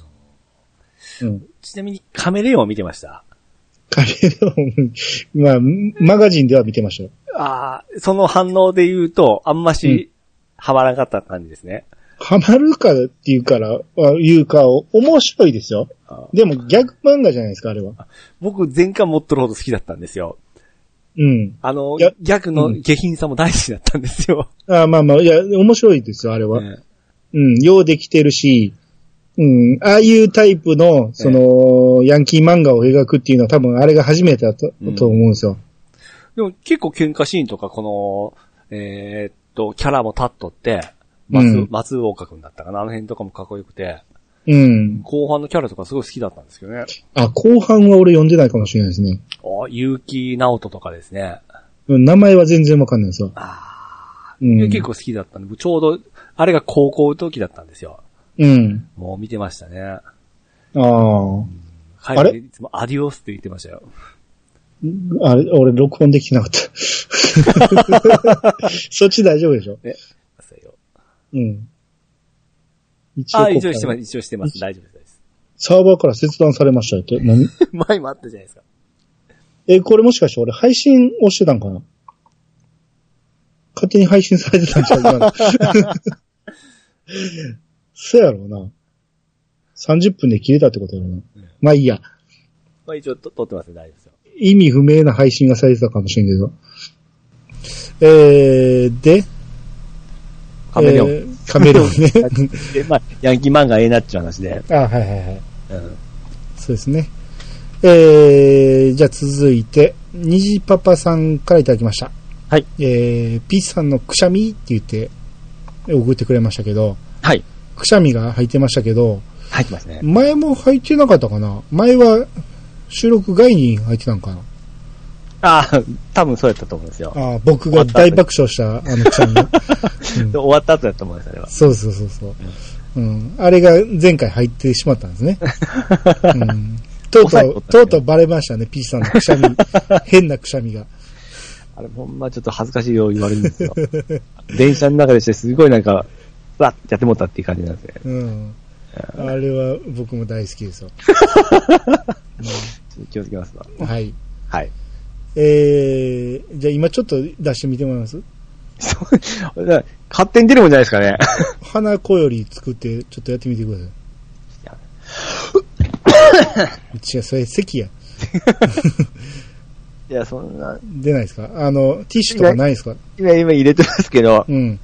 S1: うん。
S3: ちなみにカメレオンを見てました。
S1: カレーの、 まあ、マガジンでは見てましたよ。
S3: ああ、その反応で言うと、あんまし、はまらなかった感じですね。
S1: ハマるかっていうから、あいうか、面白いですよ。
S3: あー
S1: でも、ギャグ漫画じゃないですか、あれは。
S3: 僕、全巻持っとるほど好きだったんですよ。
S1: うん。
S3: あの、
S1: いや
S3: ギャグの下品さも大好きだったんですよ。
S1: あまあまあ、いや、面白いですよ、あれは。
S3: ね
S1: うん、ようできてるし、うん、ああいうタイプの、その、ヤンキー漫画を描くっていうのは多分あれが初めてだと,、
S3: うん
S1: と思うんですよ。
S3: でも結構喧嘩シーンとか、この、えーっと、キャラも立っとって、松、
S1: うん
S3: 松岡くんだったかなあの辺とかもかっこよくて、
S1: うん。
S3: 後半のキャラとかすごい好きだったんですけどね。
S1: あ、後半は俺読んでないかもしれないですね。
S3: あ結城直人とかですね。
S1: うん名前は全然わかんないですよ。
S3: ああ、
S1: うん
S3: 結構好きだったんで、ちょうど、あれが高校の時だったんですよ。
S1: うん。
S3: もう見てましたね。
S1: ああ。
S3: はい。
S1: あれ
S3: いつもアディオスって言ってましたよ。
S1: あれ、俺録音できて なかった。そっち大丈夫でしょ
S3: そうよ
S1: うん。一
S3: あ、
S1: ここ
S3: 一
S1: から
S3: 応してます、一応してます。大丈夫です。
S1: サーバーから切断されましたよって。何
S3: 前もあったじゃないですか。
S1: え、これもしかして俺配信をしてたんかな勝手に配信されてたんちゃ うかなそうやろうな。30分で切れたってことやろうな。まあいいや。
S3: まあ一応と撮ってますね、大丈夫ですよ。
S1: 意味不明な配信がされてたかもしれんけど。えー、で、
S3: カメレオン
S1: え。ーカメレオンね。
S3: で、まあ、ヤンキー漫画ええなっちゅう話で。
S1: あ、はいはいはい。
S3: うん。
S1: そうですね。えー、じゃあ続いて、虹パパさんからいただきました。
S3: はい。
S1: えー、ピースさんのくしゃみって言って、送ってくれましたけど、
S3: はい。
S1: くしゃみが入ってましたけど、
S3: 入ってますね。
S1: 前も入ってなかったかな前は収録外に入ってたんかな
S3: ああ、多分そうやったと思うんですよ。
S1: あー僕が大爆笑した、あのくしゃみ。うん
S3: で終わった後やったと思うんです、あれは。
S1: そうそうそうそう。うん。あれが前回入ってしまったんで すね。うんとう
S3: 抑えとっ
S1: とう、
S3: た
S1: と
S3: ね
S1: うとうバレましたね、ピースさんの くしゃみ。変なくしゃみが。
S2: あれ、ほんまちょっと恥ずかしいよう言われるんですよ。 電車の中でして、すごいなんか、わっやってもったっていう感じなんですね。
S1: うん。あれは僕も大好きですよ。
S2: ちょっと気をつけますわ。
S1: はい。
S2: はい。
S1: えー、じゃあ今ちょっと出してみてもらいます
S2: そうだから勝手に出るもんじゃないですかね。
S1: 花子より作って、ちょっとやってみてくだ
S2: や
S1: さい。違う、それ咳や。
S2: いや、そんな、
S1: 出ないですかあの、ティッシュとかないですか
S2: 今、今入れてますけど、
S1: うん。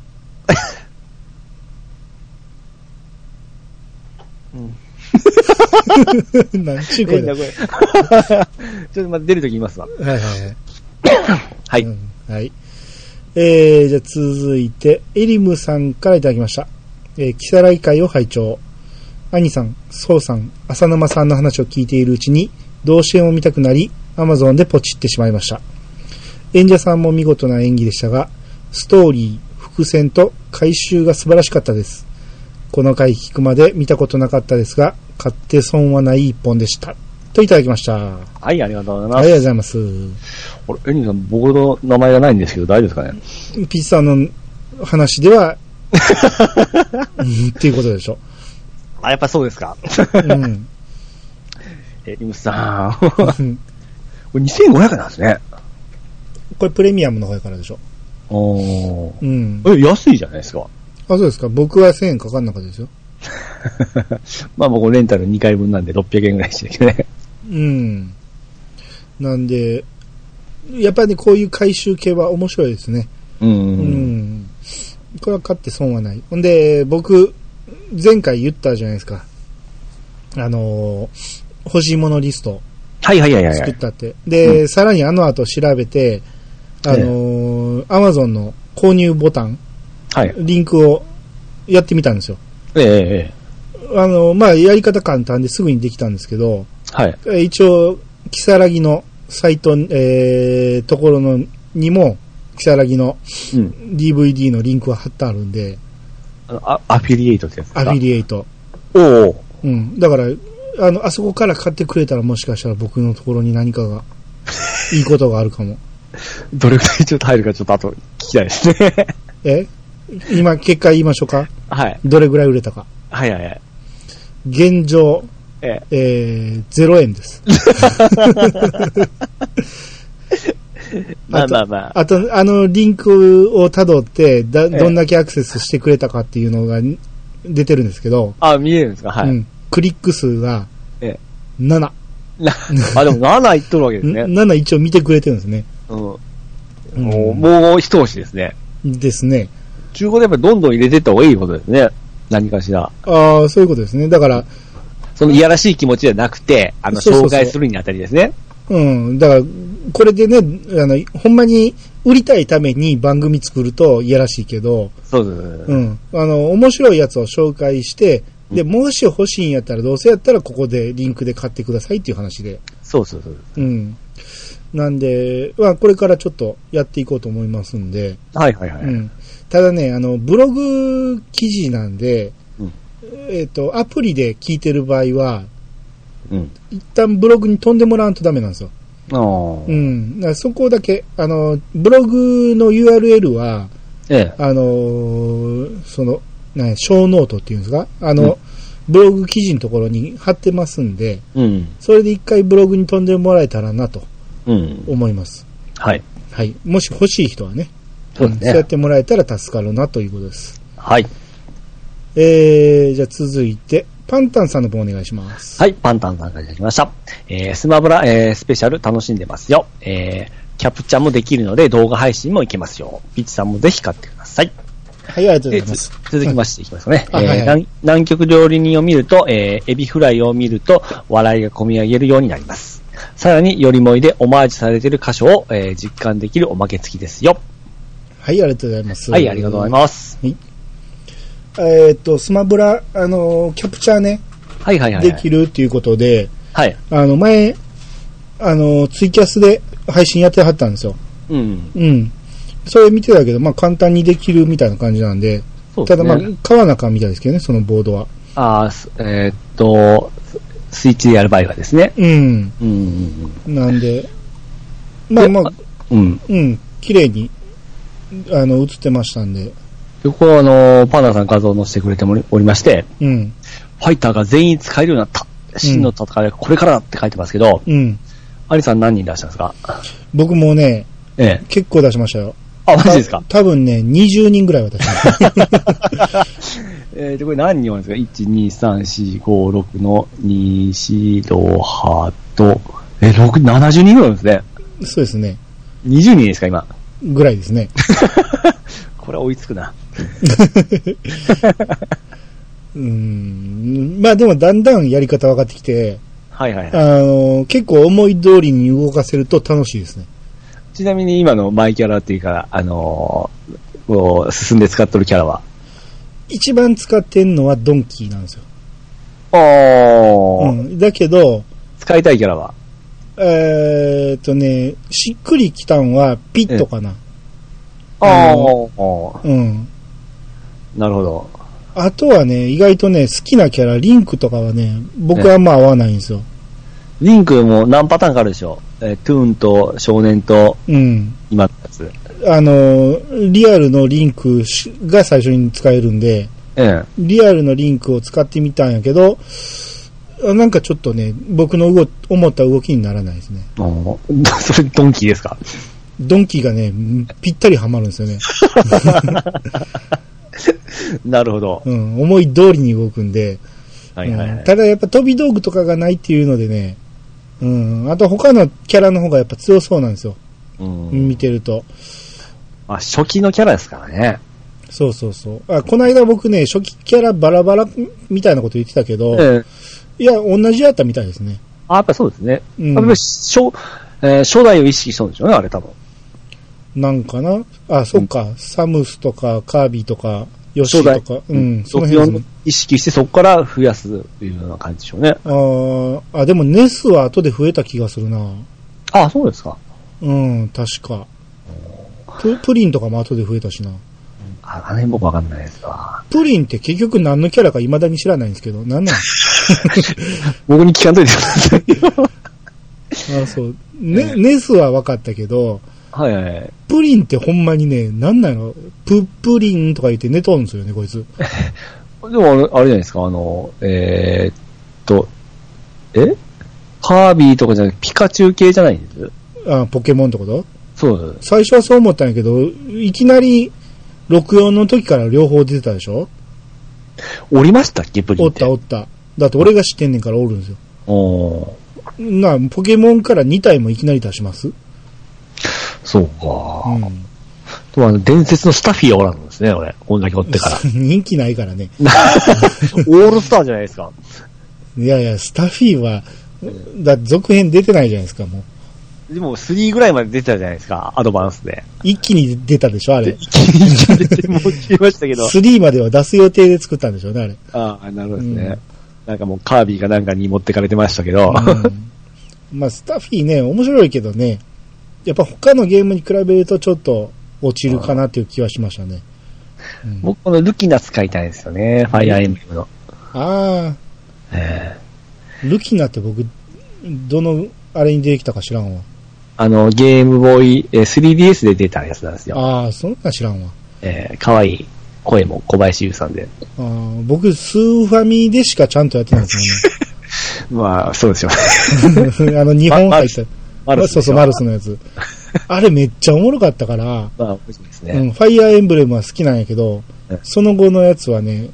S1: なんちゅう声
S2: 変
S1: だ。
S2: な
S1: は
S2: 声 ちょっとまた出るとき言いますわ。
S1: いはいはい。
S2: はい。
S1: うんはい。えー、じゃあ続いて、エリムさんからいただきました。えー、キサライ会を拝聴。兄さん、ソウさん、浅沼さんの話を聞いているうちに、同支援を見たくなり、アマゾンでポチってしまいました。演者さんも見事な演技でしたが、ストーリー、伏線と回収が素晴らしかったです。この回聞くまで見たことなかったですが、買って損はない一本でした。といただきました。あ
S2: はい、ありがとうござい
S1: りが
S2: ま
S1: と
S2: す。
S1: うございます。
S2: これ、エニさん、僕の名前がないんですけど、大丈夫ですかね
S1: ピッツさんの話では、うんっていうことでしょ。
S2: あ、やっぱそうですか。
S1: うん。
S2: え、ニムスさん。 こ
S1: うん
S2: れ2500なんですね。
S1: これプレミアムの方やからでしょ。
S2: おー。
S1: うん。
S2: え、安いじゃないですか。
S1: あ、そうですか。僕は1000円かかんなかったですよ。
S2: まあ僕レンタル2回分なんで600円ぐらいしてるけどね。
S1: うん。なんで、やっぱり、ね、こういう回収系は面白いですね。
S2: うん
S1: う
S2: うん。
S1: ん。これは勝って損はない。ほんで、僕、前回言ったじゃないですか。あのー欲しいものリスト
S2: はいはいはいはいは
S1: 作っ
S2: い。
S1: たって。で、さらにあの後調べて、あのー Amazon の購入ボタン、
S2: はい。
S1: リンクをやってみたんですよ。
S2: ええええ。
S1: あのーまあ、やり方簡単ですぐにできたんですけど、
S2: はい。
S1: えー一応、キサラギのサイト、えー、ところのにも、キサラギの
S2: うん。
S1: DVD のリンクは貼ってあるんで、
S2: あのアアフィリエイトってやつですか
S1: アフィリエイト。
S2: おお。
S1: うん。だから、あの、あそこから買ってくれたらもしかしたら僕のところに何かが、いいことがあるかも。
S2: どれくらいちょっと入るかちょっと後聞きたいですね。
S1: え今、結果言いましょうか
S2: はい。
S1: どれぐらい売れたか。
S2: はいはいはい。
S1: 現状、
S2: ええ。
S1: えー、0円です。
S2: まあまあまあ。
S1: あと、あの、リンクを辿って、だ、
S2: ええ
S1: どんだけアクセスしてくれたかっていうのが出てるんですけど、
S2: あ、見えるんですかは
S1: う
S2: い。
S1: ん。クリック数が
S2: え
S1: 7。
S2: な あ、でも7いっとるわけですね。
S1: 7一応見てくれてるんですね。
S2: うん。もう、
S1: うん
S2: もう一押しですね。
S1: ですね。
S2: 中古でやっぱりどんどん入れていった方がいいことですね。何かしら。
S1: ああ、そういうことですね。だから、
S2: そのいやらしい気持ちじゃなくて、あの、
S1: そうそうそう
S2: 紹介するにあたりですね。
S1: うん。だから、これでね、あの、ほんまに売りたいために番組作るといやらしいけど、
S2: そうそうそう
S1: う。ん。あの、面白いやつを紹介して、で、もし欲しいんやったら、どうせやったらここでリンクで買ってくださいっていう話で。
S2: そうそうそう。
S1: うん。なんで、まあ、これからちょっとやっていこうと思いますんで、
S2: はいはいは
S1: う
S2: い。
S1: ん。ただね、あの、ブログ記事なんで、
S2: うん
S1: えっ、と、アプリで聞いてる場合は、
S2: うん。
S1: 一旦ブログに飛んでもらわんとダメなんですよ。
S2: あ
S1: う。
S2: あ
S1: ん。だからそこだけ、あの、ブログの URL は、
S2: ええ。
S1: あのーその、ね、小ノートっていうんですかあの、ブログ記事のところに貼ってますんで、
S2: うん。
S1: それで一回ブログに飛んでもらえたらなと
S2: うん。
S1: 思います。
S2: はい。
S1: はい。もし欲しい人はね、
S2: そう
S1: そう
S2: です
S1: やっ
S2: ね。
S1: てもらえたら助かるなということです。
S2: はい。
S1: えー、じゃあ続いて、パンタンさんの方お願いします。
S2: はい、パンタンさんからいただきました。えー、スマブラ、えー、スペシャル楽しんでますよ。えー、キャプチャもできるので動画配信もいけますよ。ピッチさんもぜひ買ってください。
S1: はい、ありがとうございま
S2: つ
S1: す。
S2: 続きましていきますかね。え
S1: あはいはい
S2: ー南南極料理人を見ると、えーエビフライを見ると、笑いが込み上げるようになります。さらに、よりもいでオマージュされている箇所を、えー実感できるおまけ付きですよ。
S1: はい、ありがとうございます。
S2: はい、ありがとうございます。
S1: す。えーっと、スマブラ、あのーキャプチャーね、
S2: はいはいはい、
S1: で
S2: はい。
S1: きるっていうことで、
S2: はい。
S1: あの、前、あの、ツイキャスで配信やってはったんですよ。
S2: うん。
S1: うん。それ見てたけど、まあ簡単にできるみたいな感じなんで、
S2: そうで
S1: た
S2: す
S1: だ
S2: ね。
S1: まあ、買わなあかんみたいですけどね、そのボードは。
S2: あーすえーっと、スイッチでやる場合はですね。
S1: うん。
S2: うんうん
S1: なんで、まあ
S2: で
S1: まあ、
S2: うん。うん。
S1: うん、綺麗に、あの、映ってましたんで、
S2: 横はあの、パンダさん画像を載せてくれてもりおりまして、
S1: うん、
S2: ファイターが全員使えるようになった。真の戦いはこれからだって書いてますけど、
S1: うん。
S2: アリさん何人いらっしゃるんですか
S1: 僕もね、
S2: ええ。
S1: 結構出しましたよ。
S2: あ、マジですか
S1: た多分ね、20人ぐらいは出しました。
S2: えー、と、これ何人おるんですか ?1、2、3、4、5、6の2、4、6、8、え、6、70人ぐらいおるんですね。
S1: そうですね。
S2: 20人ですか、今。
S1: ぐらいですね。
S2: これ追いつくな。
S1: うん。まあでもだんだんやり方分かってきて、
S2: はいはい
S1: あ
S2: はい。
S1: の、結構思い通りに動かせると楽しいですね。
S2: ちなみに今のマイキャラっていうか、あのーこう、進んで使っとるキャラは。
S1: 一番使ってんのはドンキーなんですよ。
S2: お
S1: う
S2: ー。
S1: ん、だけど、
S2: 使いたいキャラは。
S1: えーっとね、しっくりきたんはピットかな。あ
S2: あ
S1: の
S2: ー。
S1: うん。
S2: なるほど。
S1: あとはね、意外とね、好きなキャラ、リンクとかはね、僕はあんま合わないんですよ。
S2: リンクも何パターンかあるでしょえートゥーンと少年と
S1: うん。
S2: 今のやつ。
S1: あの、リアルのリンクしが最初に使えるんで、
S2: ええ。
S1: リアルのリンクを使ってみたんやけど、あなんかちょっとね、僕の動思った動きにならないですね。
S2: おー それドンキーですか
S1: ドンキーがね、ぴったりハマるんですよね。
S2: なるほど。
S1: うん、思い通りに動くんで、
S2: はいはいは
S1: うん
S2: い。
S1: ただやっぱ飛び道具とかがないっていうのでね、うん、あと他のキャラの方がやっぱ強そうなんですよ。
S2: うん
S1: 見てると。
S2: まあ、初期のキャラですからね。
S1: そうそうそう。あ、この間僕ね、初期キャラバラバラみたいなこと言ってたけど、
S2: ええ
S1: いや、同じやったみたいですね。
S2: あ、やっぱそうですね。
S1: うん
S2: やっぱり初、えー初代を意識したんでしょうね、あれ多分。
S1: なんかなあ、そっか、サムスとか、カービィとか、ヨッシーとか、うん、その辺
S2: 卒業
S1: です
S2: の意識して、そこから増やすというような感じでしょうね。
S1: ね。あーあ、でもネスは後で増えた気がするな。
S2: あ、そうですか。
S1: うん、確か。ププリンとかも後で増えたしな。
S2: あ、あの辺僕わかんないですわ。
S1: プリンって結局何のキャラか未だに知らないんですけど、なん なん
S2: 僕に聞かんといてください。
S1: あそう、ね、ネスは分かったけど、
S2: はいはいはい。
S1: プリンってほんまにね、なんなんやろプ、プリンとか言って寝とんすよね、こいつ。
S2: でもあれ、あれじゃないですか、あの、えー、っと、えカービィとかじゃなくて、ピカチュウ系じゃないんです。
S1: あポケモンってこと
S2: そうです。
S1: 最初はそう思ったんやけど、いきなり、64の時から両方出てたでしょ
S2: おりましたっけ、プリン
S1: お
S2: っ。
S1: ってたおった。だって俺が知ってんねんからおるんですよ。
S2: おー
S1: なあ、ポケモンから2体もいきなり出します
S2: そう
S1: う
S2: か。
S1: ん。
S2: と、あの、伝説のスタッフィーはおらんのですね、俺。こんだけおってから。
S1: 人気ないからね。
S2: オールスターじゃないですか。
S1: いやいや、スタフィーは、だって続編出てないじゃないですか、もう。
S2: でも、3ぐらいまで出てたじゃないですか、アドバンス で。
S1: 一気に出たでしょ、あれ。
S2: 一気に出て、もう消えましたけど。
S1: 3までは出す予定で作ったんでしょうね、あれ。
S2: ああ、なるほどです
S1: う
S2: ね
S1: ん。
S2: なんかもうカービィかなんかに持ってかれてましたけど。
S1: うん、まあ、スタッフィーね、面白いけどね、やっぱ他のゲームに比べるとちょっと落ちるかなっていう気はしましたね。
S2: 僕このルキナ使いたいんですよね、ファイアーエンブレムの。
S1: ああ、
S2: ええ
S1: ルキナって僕、どの、あれに出てきたか知らんわ。
S2: あの、ゲームボーイ、えー 3DS で出たやつなんですよ。
S1: ああ、そんなん知らんわ。
S2: ええ可愛い声も小林優さんで。
S1: あー僕、スーファミでしかちゃんとやってないです
S2: まあ、そうですよ ね。
S1: もん ね。あの、日本
S2: マ
S1: 入
S2: ル
S1: った
S2: ス。マルス
S1: そうそう、マルスのや つ。あれめっちゃおもろかったから、
S2: まあ、面白いです
S1: う
S2: ね。
S1: ん、ファイアーエンブレムは好きなんやけど
S2: うん、
S1: その後のやつはね、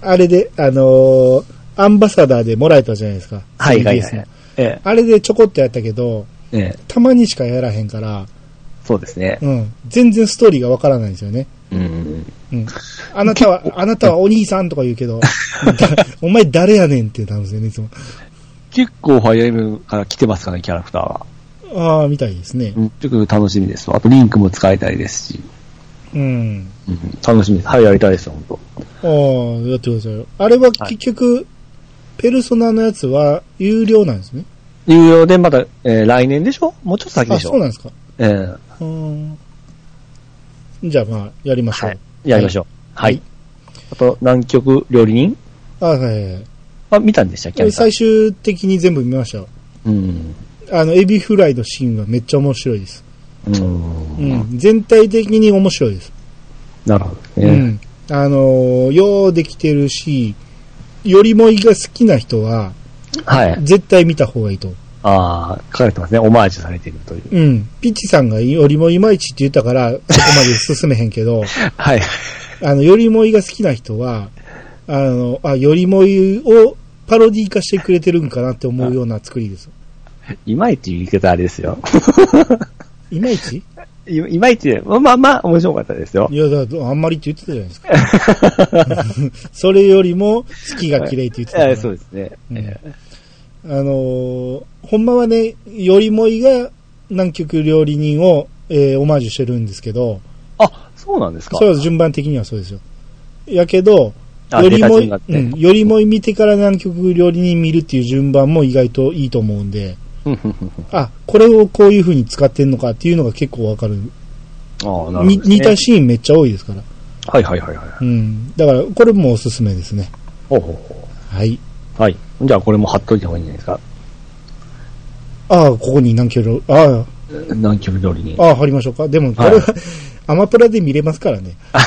S1: あれで、あのーアンバサダーでもらえたじゃないですか。
S2: はいはいは
S1: 3DS の
S2: い。ええ
S1: あれでちょこっとやったけど、
S2: ええ
S1: たまにしかやらへんから、
S2: そうですね。
S1: うん、全然ストーリーがわからないんですよね。
S2: うん。
S1: うん。あなたは、あなたはお兄さんとか言うけど、 だお前誰やねんってなるんですよね、いつも。
S2: 結構ファイアーエンブレムから来てますからね、キャラクターは。
S1: ああ、みたいですね。
S2: うん、ちょっと楽しみですわ。あと、リンクも使えたりですし。
S1: うん。
S2: うん、楽しみです。はい、やりたいですよ、本
S1: ああ、やってくださいよ。あれは結局、ペルソナのやつは有料なんですね。
S2: 当。有料でまた、えー来年でしょもうちょっと先で
S1: あ、
S2: しょ
S1: そうなんですか。
S2: えー
S1: うんじゃあまあ、やりましょう。
S2: はい。やりましょう。はい。
S1: はい
S2: あと、南極料理人
S1: あ、はいはい
S2: あ、見たんでしたっけ
S1: はい。
S2: あれ
S1: 最終的に全部見ましたよ。
S2: うん。
S1: あの、エビフライのシーンがめっちゃ面白いです。
S2: うん。
S1: うん。全体的に面白いです。
S2: なるほど
S1: う
S2: ね。
S1: ん。あのーようできてるし、よりもいが好きな人は、
S2: はい。
S1: 絶対見た方がいいと思う。
S2: ああ、書かれてますね。オマージュされているという。
S1: うん。ピッチさんがよりもいまいちって言ったから、そこまで進めへんけど、
S2: はい。
S1: あの、よりもいが好きな人は、あの、あ、よりもいをパロディ化してくれてるんかなって思うような作りです。
S2: いまいち言い方あれですよ。
S1: いまいち
S2: いいまいち、まあまあまあ、面白かったですよ
S1: い。や、だからあんまりって言ってたじゃないですか。それよりも、月が綺麗って言ってたか
S2: え
S1: ら。
S2: ーそうですね。
S1: うん
S2: え
S1: あのーほんまはね、よりもいが南極料理人を、えーオマージュしてるんですけど、
S2: ーあ、そうなんですか
S1: それは順番的にはそうですよ。やけど、
S2: あ
S1: よりもい、
S2: 出た順があって
S1: うん、よりもい見てから南極料理人見るっていう順番も意外といいと思うんで、
S2: うんうんうん
S1: あ、これをこういう風に使ってんのかっていうのが結構わかる。
S2: ああ、なるほど
S1: に
S2: ですね。
S1: 似たシーンめっちゃ多いですから。
S2: はいはいはいはい。
S1: うん。だから、これもおすすめですね。
S2: ほうほうほ
S1: はい。
S2: う。はい。じゃあこれも貼っといた方がいいんじゃないですか。
S1: ああ、ここに南極料理、あ
S2: 南極通りに
S1: あ、。ああ、貼りましょうか。でも、これは、アマプラで見れますから ね。貼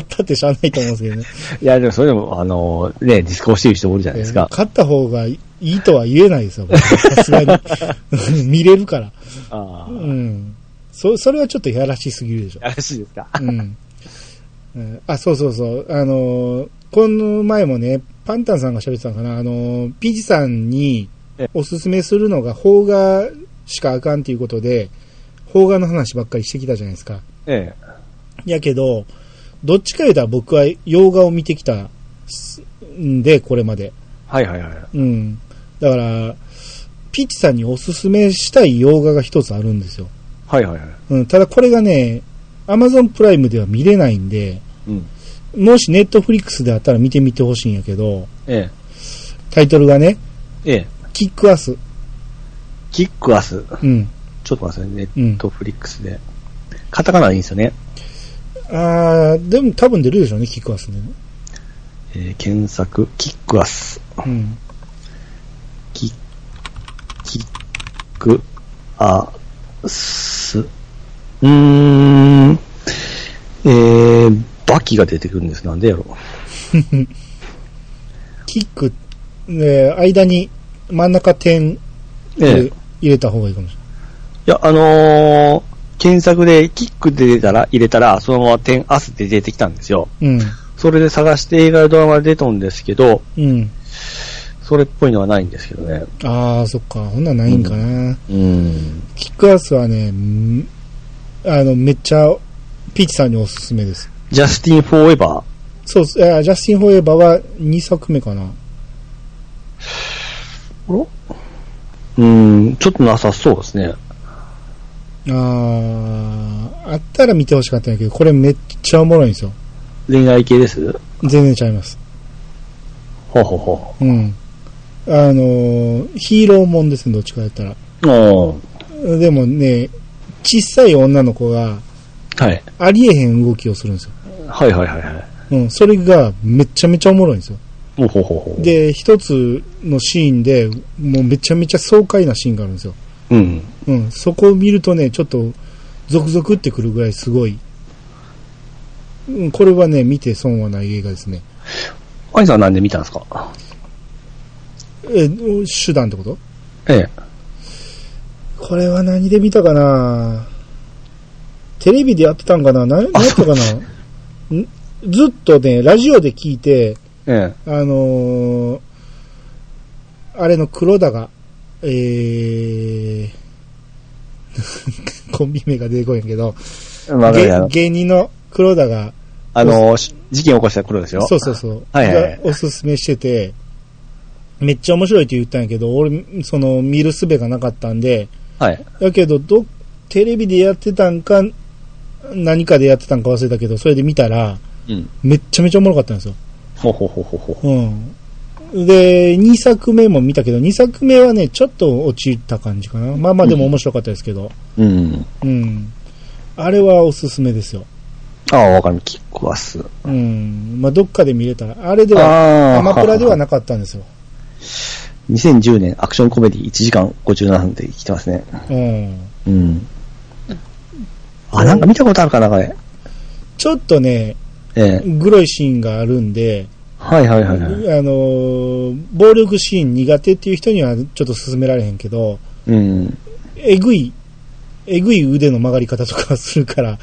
S1: ったってしゃあないと思うんですけどね。
S2: いや、でもそれでも、あの、ね、ディスコをしてる人おるじゃないですか。
S1: 勝った方がいいとは言えないですよ、僕さすがに。 見れるから。
S2: あ
S1: う
S2: あ。
S1: ん。そ、それはちょっといやらしすぎるでしょ。
S2: らしいですか。
S1: うん。うんあ、そうそうそう。あのーこの前もね、パンタンさんが喋ってたのかな。あのーピジさんに
S2: え
S1: おすすめするのが、邦画しかあかんということで、邦画の話ばっかりしてきたじゃないですか。
S2: え
S1: やけど、どっちか言うたら僕は洋画を見てきたんで、これまで。
S2: え。はいはいはい。
S1: うん。だから、ピッチさんにおすすめしたい洋画が一つあるんですよ。
S2: はいはいはい。
S1: うん、ただこれがね、アマゾンプライムでは見れないんで、
S2: うん。
S1: もしネットフリックスであったら見てみてほしいんやけど、
S2: え
S1: タイトルがね、
S2: え。ええ。
S1: キックアス。
S2: キックアス。
S1: うん。
S2: ちょっと待ってくださいね。
S1: うん
S2: ネットフリックスで。カタカナでいいんですよね。
S1: あー、でも多分出るでしょうね、キックアスね。
S2: えー、検索、キックアス。
S1: うん。
S2: キッ、キック、アス。うーん。えー、バキが出てくるんです。なんでやろ
S1: キック、ね、間に真ん中点
S2: ええ。
S1: 入れた方がいいかもし
S2: いや、あのー検索でキックで出たら、入れたら、そのまま点アスって出てきたんですよ。
S1: れない。
S2: それで探して映画やドラマで出たんですけど、
S1: うん。うん。
S2: それっぽいのはないんですけどね。
S1: あー、そっか。ほんなんないんかな。
S2: うん。
S1: キックアスはね、んあの、めっちゃ、ピーチさんにおすすめです。
S2: ジャスティン・フォーエバ
S1: そうっす、あジャスティン・フォーエバーは2作目かな。
S2: ー。うん、ちょっとなさそうですね。
S1: あー、あったら見てほしかったんやけど、これめっちゃおもろいんですよ。
S2: 恋愛系です
S1: 全然ちゃいます。
S2: ほうほうほ
S1: うん。あの、ヒーローもんですね、どっちかやったら。
S2: う。お
S1: でもね、小さい女の子が、
S2: はい。
S1: ありえへん動きをするんですよ。
S2: はいはいはいはい。
S1: うん、それがめちゃめちゃおもろいんですよ。
S2: ほうほうほうほう。、
S1: で、一つのシーンで、もうめちゃめちゃ爽快なシーンがあるんですよ。
S2: うん。
S1: うん、そこを見るとね、ちょっと、ゾクゾクってくるぐらいすごい。うん、これはね、見て損はない映画ですね。
S2: アイさんなんで見たんですか
S1: え、手段ってこと
S2: ええ。
S1: これは何で見たかなテレビでやってたんかな何や ったかなんずっとね、ラジオで聞いて、
S2: え
S1: あのーあれの黒田が、えー、 コンビ名が出てこいんやけど、
S2: え。わかるや
S1: 芸芸人の黒田が、
S2: あの、し事件起こした頃ですよ。
S1: そうそうそう。
S2: はいはいはい
S1: がおすすめしてて、めっちゃ面白いって言ったんやけど、俺、その、見る術がなかったんで、
S2: はい。
S1: だけど、ど、テレビでやってたんか、何かでやってたんか忘れたけど、それで見たら、
S2: うん。
S1: めっちゃめちゃおもろかったんですよ。
S2: ほうほうほうほうほ
S1: うん。で、2作目も見たけど、2作目はね、ちょっと落ちた感じかな。まあまあでも面白かったですけど、
S2: う。うん。
S1: うん。あれはおすすめですよ。
S2: ああ、わかる。キックアス。
S1: うん。まあどっかで見れたら、あれでは、
S2: あ
S1: アマプラでは
S2: な
S1: なかったんですよ。
S2: 2010年アクションコメディ1時間57分で来てますね。
S1: うん。
S2: うん。あ、なんか見たことあるかな、これ。
S1: ちょっとね、
S2: ええ。
S1: グロいシーンがあるんで、
S2: はいはいはい
S1: あ
S2: はい。
S1: のー、暴力シーン苦手っていう人にはちょっと勧められへんけど、
S2: うん。
S1: えぐい、えぐい腕の曲がり方とかするから、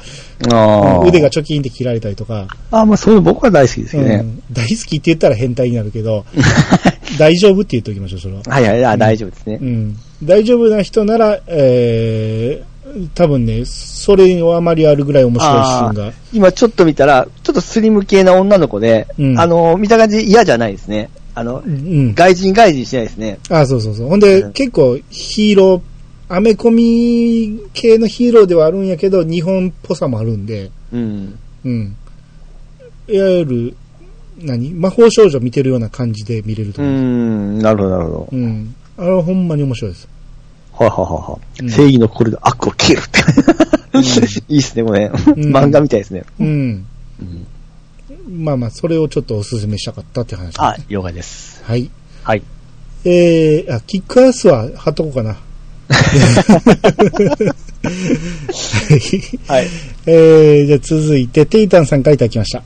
S2: ああ。
S1: 腕が。チョキンって切られたりとか、
S2: ああ、まあそういう僕は大好きですよ
S1: う
S2: ね。
S1: ん大好きって言ったら変態になるけど、 大丈夫って言っておきましょう、それは。
S2: はいはい、あ大丈夫ですね
S1: う。ん、大丈夫な人なら、えー、多分ね、それをあまりあるぐらい面白いシーンが。
S2: 今ちょっと見たら、ちょっとスリム系な女の子で、
S1: うん
S2: あの、見た感じ嫌じゃないですね。あの
S1: う、ん。
S2: 外人外人しないですね。
S1: あ、そうそうそう。ほんで、
S2: うん
S1: 結構ヒーロー、アメコミ系のヒーローではあるんやけど、日本っぽさもあるんで、
S2: うん。
S1: うん。いわゆる、何魔法少女見てるような感じで見れると
S2: う
S1: 思う。
S2: ん、なるほどなるほど。
S1: うん。あれはほんまに面白いです。
S2: はいはいはいは
S1: うん
S2: い。正義の心で悪を切るって。 いいっすね、これ。漫画みたいですね。
S1: うん。まあまあ、それをちょっとお勧めしたかったって話です。
S2: あ、了解です。
S1: はい。
S2: はい。
S1: えー、あ、キックアスは貼っとこう かな。 はい
S2: はい。
S1: えー、じゃあ続いて、テイタンさんからいただきました。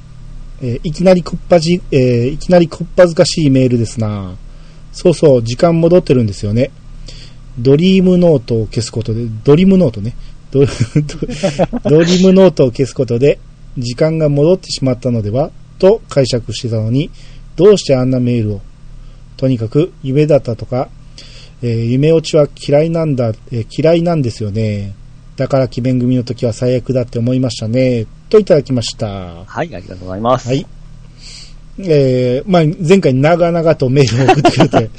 S1: えーいきなりこっぱじ、えーいきなりこっぱずかしいメールですなそうそう、時間戻ってるんですよね。ドリームノートを消すことで、ドリームノートね。ド ドドリームノートを消すことで、時間が戻ってしまったのではと解釈してたのに、どうしてあんなメールをとにかく、夢だったとか、えー夢落ちは嫌いなんだ、えー嫌いなんですよね。だから奇弁組の時は最悪だって思いましたね。といただきました。
S2: はい、ありがとうございます。
S1: はい。えー、まあ、前回長々とメールを送ってくれて。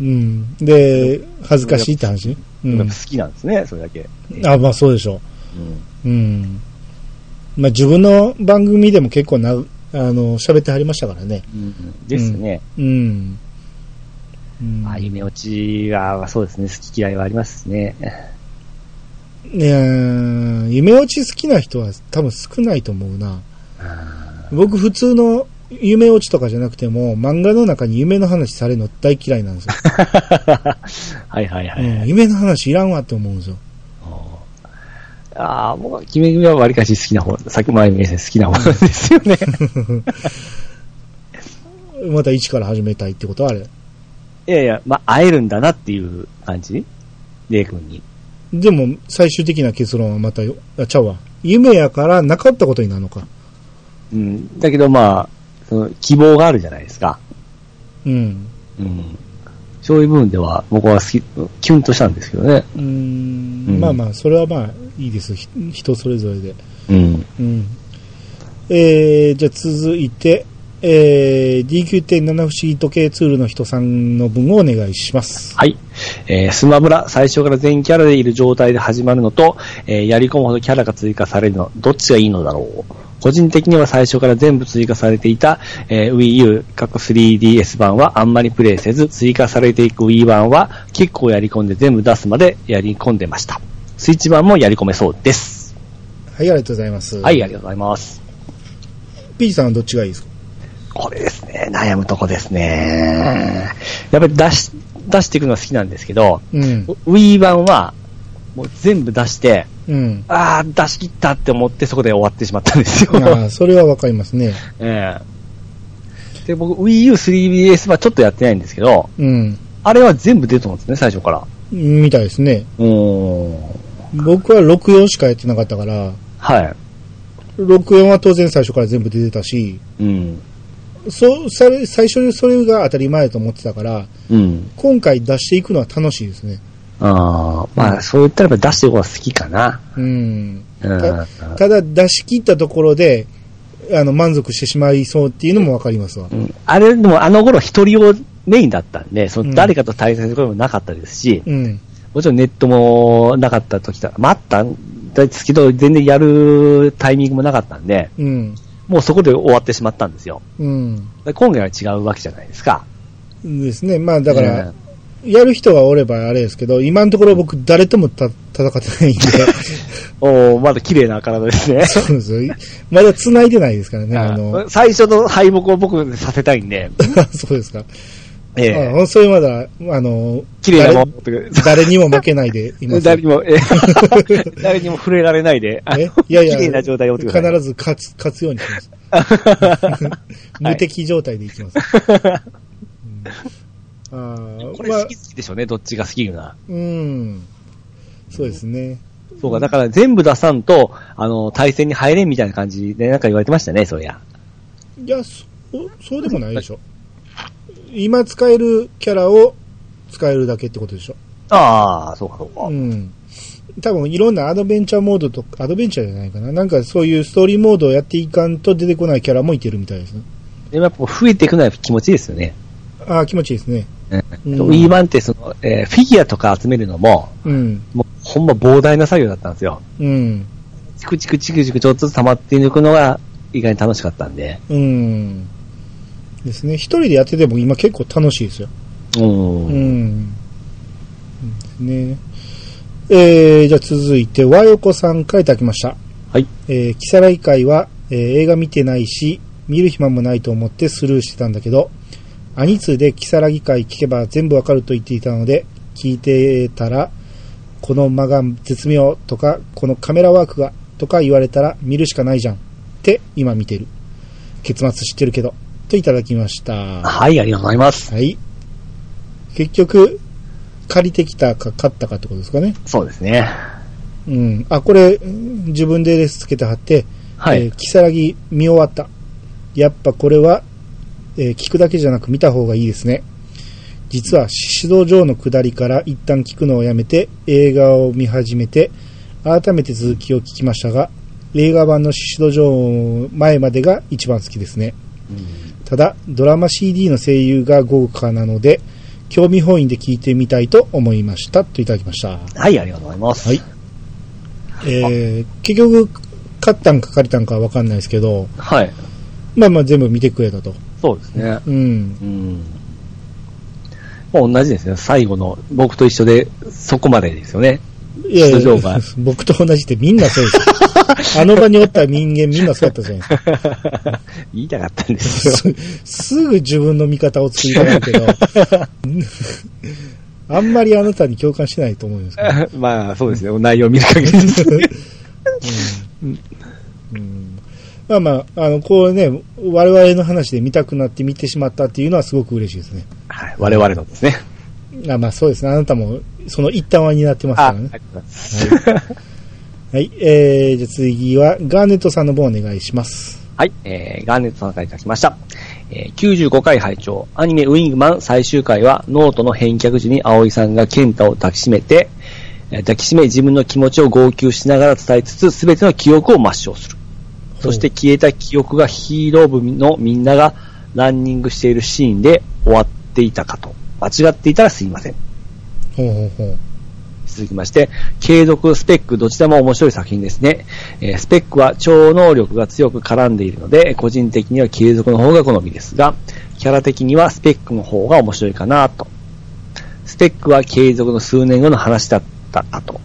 S1: うん。で、恥ずかしいって話う
S2: やっ
S1: ん
S2: ぱ。好きなんですね、それだけ。
S1: あ、まあそうでしょ
S2: うん
S1: う。うん。まあ自分の番組でも結構な、あの、喋ってはりましたからね。
S2: うんですね。
S1: うん。うん
S2: まあ、夢落ちは、そうですね、好き嫌いはありますね。
S1: ねえ夢落ち好きな人は多分少ないと思うな。 僕普通の夢落ちとかじゃなくても、漫画の中に夢の話されるの大嫌いなんですよ。
S2: はいはいは
S1: う
S2: い。
S1: ん、夢の話いらんわって思うんですよ。
S2: ああ、僕は、キメ組はわりかし好きな方、さっき前に見せ好きな方なんですよね。
S1: また一から始めたいってことはあれ。
S2: いやいや、まあ、会えるんだなっていう感じレイ君に。
S1: でも、最終的な結論はまたよ、あ、ちゃうわ。夢やからなかったことになるのか。
S2: うん。だけどまあ、その、希望があるじゃないですか。
S1: うん。
S2: うん。そういう部分では、僕は好き、キュンとしたんですけどね。
S1: うーん
S2: うん
S1: まあまあ、それはまあ、いいです。ひ人それぞれで。
S2: うん。
S1: うん。えー、じゃあ続いて、えー、DQ.7 不思議時計ツールの人さんの分をお願いします。
S2: はい。えースマブラ、最初から全キャラでいる状態で始まるのと、えーやり込むほどキャラが追加されるの、どっちがいいのだろう。個人的には最初から全部追加されていた、えー Wii U、各 3DS 版はあんまりプレイせず、追加されていく Wii 版は結構やり込んで全部出すまでやり込んでました。スイッチ版もやり込めそうです。
S1: はい、ありがとうございます。
S2: はい、ありがとうございます。
S1: ピーチさんはどっちがいいですか
S2: これですね、悩むとこですね。やっぱり出し、出していくのは好きなんですけど、
S1: うん。
S2: Wii 版は、もう全部出して、
S1: うん。
S2: ああ、出し切ったって思ってそこで終わってしまったんですよ。
S1: ああ、それはわかりますね。
S2: ええで、僕、Wii U 3DS はちょっとやってないんですけど、
S1: うん。
S2: あれは全部出てるんですね、最初から。
S1: みたいですね。
S2: うーん。
S1: 僕は64しかやってなかったから、
S2: は
S1: 64は当然最初から全部出てたし、
S2: い。うん。
S1: そう、それ、最初にそれが当たり前だと思ってたから、
S2: うん。
S1: 今回出していくのは楽しいですね。
S2: ああ、まあ、そういったらやっぱ出していく方が好きかな。
S1: うん。
S2: うん。
S1: たただ出し切ったところで、あの、満足してしまいそうっていうのもわかりますわ
S2: う。んあれ、でもあの頃一人用メインだったんで、その誰かと対戦することもなかったですし、
S1: うん。
S2: もちろんネットもなかった時だ、まああったんですけど、全然やるタイミングもなかったんで、
S1: うん。
S2: もうそこで終わってしまったんですよ。
S1: うん。
S2: で今回は違うわけじゃないですか。
S1: ですね。まあだから、
S2: えー
S1: やる人がおればあれですけど、今のところ僕誰ともた戦ってないんで、
S2: おーまだ綺麗な体ですね。
S1: そうですよ。まだ繋いでないですからね、あの、
S2: 最初の敗北を僕させたいんで、
S1: そうですか。
S2: ええ
S1: あそれまだ、あの、
S2: 綺麗なものってく
S1: 誰誰にも負けないでいま
S2: る
S1: すよ。
S2: 誰にも、ええ 誰にも触れられないで、あの
S1: えいやいや、
S2: 綺麗な状態をって
S1: 必
S2: ください。
S1: ず勝つ、勝つようにし ます。無敵状態でいきます。うんあー
S2: これ
S1: ま
S2: 好
S1: あ
S2: き好きでしょうね、どっちが好きな。
S1: うん。そうですね。
S2: そうか、だから全部出さんと、あの、対戦に入れんみたいな感じでなんか言われてましたね、そりゃ。
S1: いや、そ、そうでもないでしょ。今使えるキャラを使えるだけってことでしょ。
S2: ああ、そうかそうか。
S1: うん。多分いろんなアドベンチャーモードとか、アドベンチャーじゃないかな。なんかそういうストーリーモードをやっていかんと出てこないキャラもいてるみたいですね。
S2: でもやっぱ増えていくのは気持ちいいですよね。
S1: ああ、気持ちいいですね。うん
S2: ウィーバンってその、えーフィギュアとか集めるのも、
S1: うん。
S2: もうほんま膨大な作業だったんですよ。
S1: うん。
S2: チクチクチクチクちょっとずつ溜まっていくのが意外に楽しかったんで。
S1: うん。ですね。一人でやってても今結構楽しいですよ。
S2: うん。
S1: うん。ね。えー、じゃあ続いて、和横さんからいただきました。
S2: はい。
S1: えー、キサラ以外は、えー映画見てないし、見る暇もないと思ってスルーしてたんだけど、アニツでキサラ議会聞けば全部わかると言っていたので、聞いてたら、この間が絶妙とか、このカメラワークがとか言われたら見るしかないじゃんって今見てる。結末知ってるけど、といただきました。
S2: はい、ありがとうございます。
S1: はい。結局、借りてきたか買ったかってことですかね。
S2: そうですね。
S1: うん。あ、これ、うん自分でレスつけて貼って、
S2: はい。
S1: えー、キサラギ見終わった。やっぱこれは、えー聞くだけじゃなく見た方がいいですね。実は、指導上の下りから一旦聞くのをやめて、映画を見始めて、改めて続きを聞きましたが、映画版のシシド城前までが一番好きですね。ただ、ドラマ CD の声優が豪華なので、興味本位で聞いてみたいと思いました。といただきました。
S2: はい、ありがとうございます。
S1: はい。えー、結局、買ったんか借りたんかわかんないですけど、
S2: はい。
S1: まあまあ全部見てくれたと。
S2: そうですね。
S1: うん。
S2: うん。もう同じですね。最後の、僕と一緒で、そこまでですよね。
S1: いやい
S2: 出
S1: や
S2: 場が、
S1: 僕と同じってみんなそう です。あの場におった人間みんなそうだったじゃないですか。
S2: 言いたかったんですよ。
S1: すす ぐ自分の味方を作りたがるけど、 あんまりあなたに共感してないと思うんですけど。
S2: まあ、そうですね。内容見る限りです。
S1: うんまあまあ、あの、こうね、我々の話で見たくなって見てしまったっていうのはすごく嬉しいですね。
S2: はい。我々のですね。
S1: あまあそうですね。あなたもその一端は担ってますからね。はい。えー、じゃあ次は、ガーネットさんの方お願いします。
S2: はい、えー、ガーネットさんからいただきました。えー、95回拝聴アニメウィングマン最終回は、ノートの返却時に葵さんがケンタを抱きしめて、えー抱きしめ自分の気持ちを号泣しながら伝えつつ、すべての記憶を抹消する。そして消えた記憶がヒーロー部のみんながランニングしているシーンで終わっていたかと。間違っていたらすいません。
S1: ほうほうほう。
S2: 続きまして、継続、スペック、どちらも面白い作品ですね。えースペックは超能力が強く絡んでいるので、個人的には継続の方が好みですが、キャラ的にはスペックの方が面白いかなと。スペックは継続の数年後の話だったかと。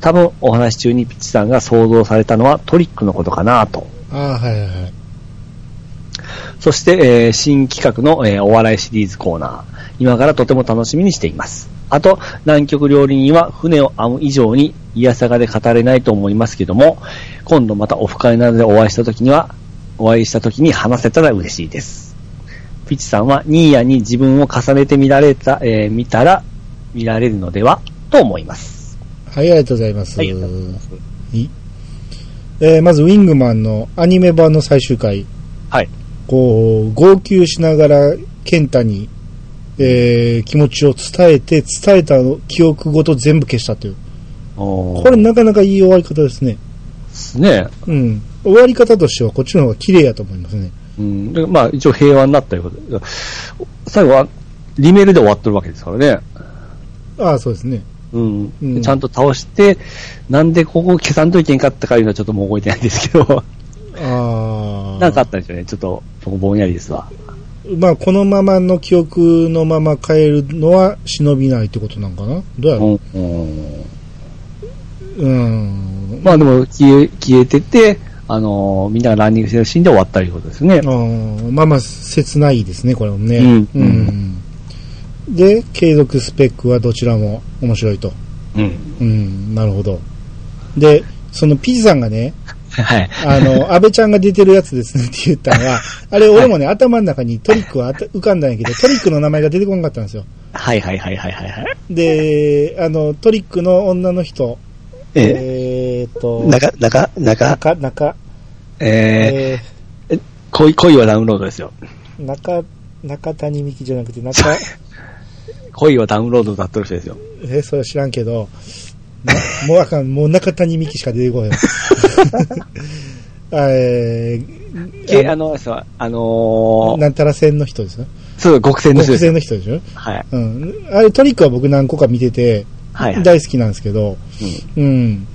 S2: 多分お話中にピッチさんが想像されたのはトリックのことかなと。
S1: ああー、はいはいはい。
S2: そして、えー新企画の、えーお笑いシリーズコーナー。今からとても楽しみにしています。あと、南極料理人は船を編む以上に、いやさがで語れないと思いますけども、今度またオフ会などでお会いした時には、お会いした時に話せたら嬉しいです。ピチさんは、ニーヤに自分を重ねて見られた、えー見たら、見られるのではと思います。
S1: はい、ありがとうございます。
S2: はいありがとうございます
S1: はいえーまず、ウィングマンのアニメ版の最終回。
S2: はい。
S1: こう、号泣しながら、ケンタに、えー気持ちを伝えて、伝えた記憶ごと全部消したという。
S2: こ
S1: これなかなかいい終わり方ですね。
S2: ですね。
S1: うん。終わり方としてはこっちの方が綺麗やと思いますね。
S2: うん、でまあ一応平和になったようで、最後はリメールで終わってるわけですからね。
S1: ああ、そうですね。
S2: うん
S1: うん
S2: でちゃんと倒して、なんでここ消さんといけんかったかいうのはちょっともう覚えてないんですけど、
S1: ああ。
S2: なんかあったんでしょうね。ちょっと、僕ぼんやりですわ。
S1: まあ、このままの記憶のまま変えるのは忍びないってことなんかなどうや
S2: う
S1: ろ
S2: んうん
S1: ううん。
S2: まあでも消え、消えてて、あのーみんながランニングしてるシーンで終わったいうことですね
S1: あ。ーまあまあ、切ないですね、これもね。
S2: うん
S1: うんで、継続スペックはどちらも面白いと。
S2: うん。
S1: うん、なるほど。で、そのピジさんがね、
S2: はい。
S1: あの、安倍ちゃんが出てるやつですねって言ったのは、あれ俺もね、頭の中にトリックはあた浮かんだんやけど、トリックの名前が出てこなかったんですよ。
S2: はいはいはいはいはいはい。
S1: で、あの、トリックの女の人、
S2: え
S1: えーっと、
S2: ー、中、中、中、
S1: 中、中、
S2: え
S1: え
S2: ー、恋、恋はダウンロードですよ。
S1: ー、中、中谷美紀じゃなくて、中、
S2: 恋はダウンロードだったる人ですよ。
S1: え、それは知らんけど、なもうあかん、もう中谷美紀しか出てこへん。 あえ
S2: け、
S1: ー、
S2: あの、そう、あのー、
S1: なんたら線の人ですね。
S2: そう、極戦の人
S1: 国
S2: ですよ。
S1: 線の人でしょ
S2: はい。
S1: うん。あれトリックは僕何個か見てて、
S2: はい、はい。
S1: 大好きなんですけど、うん。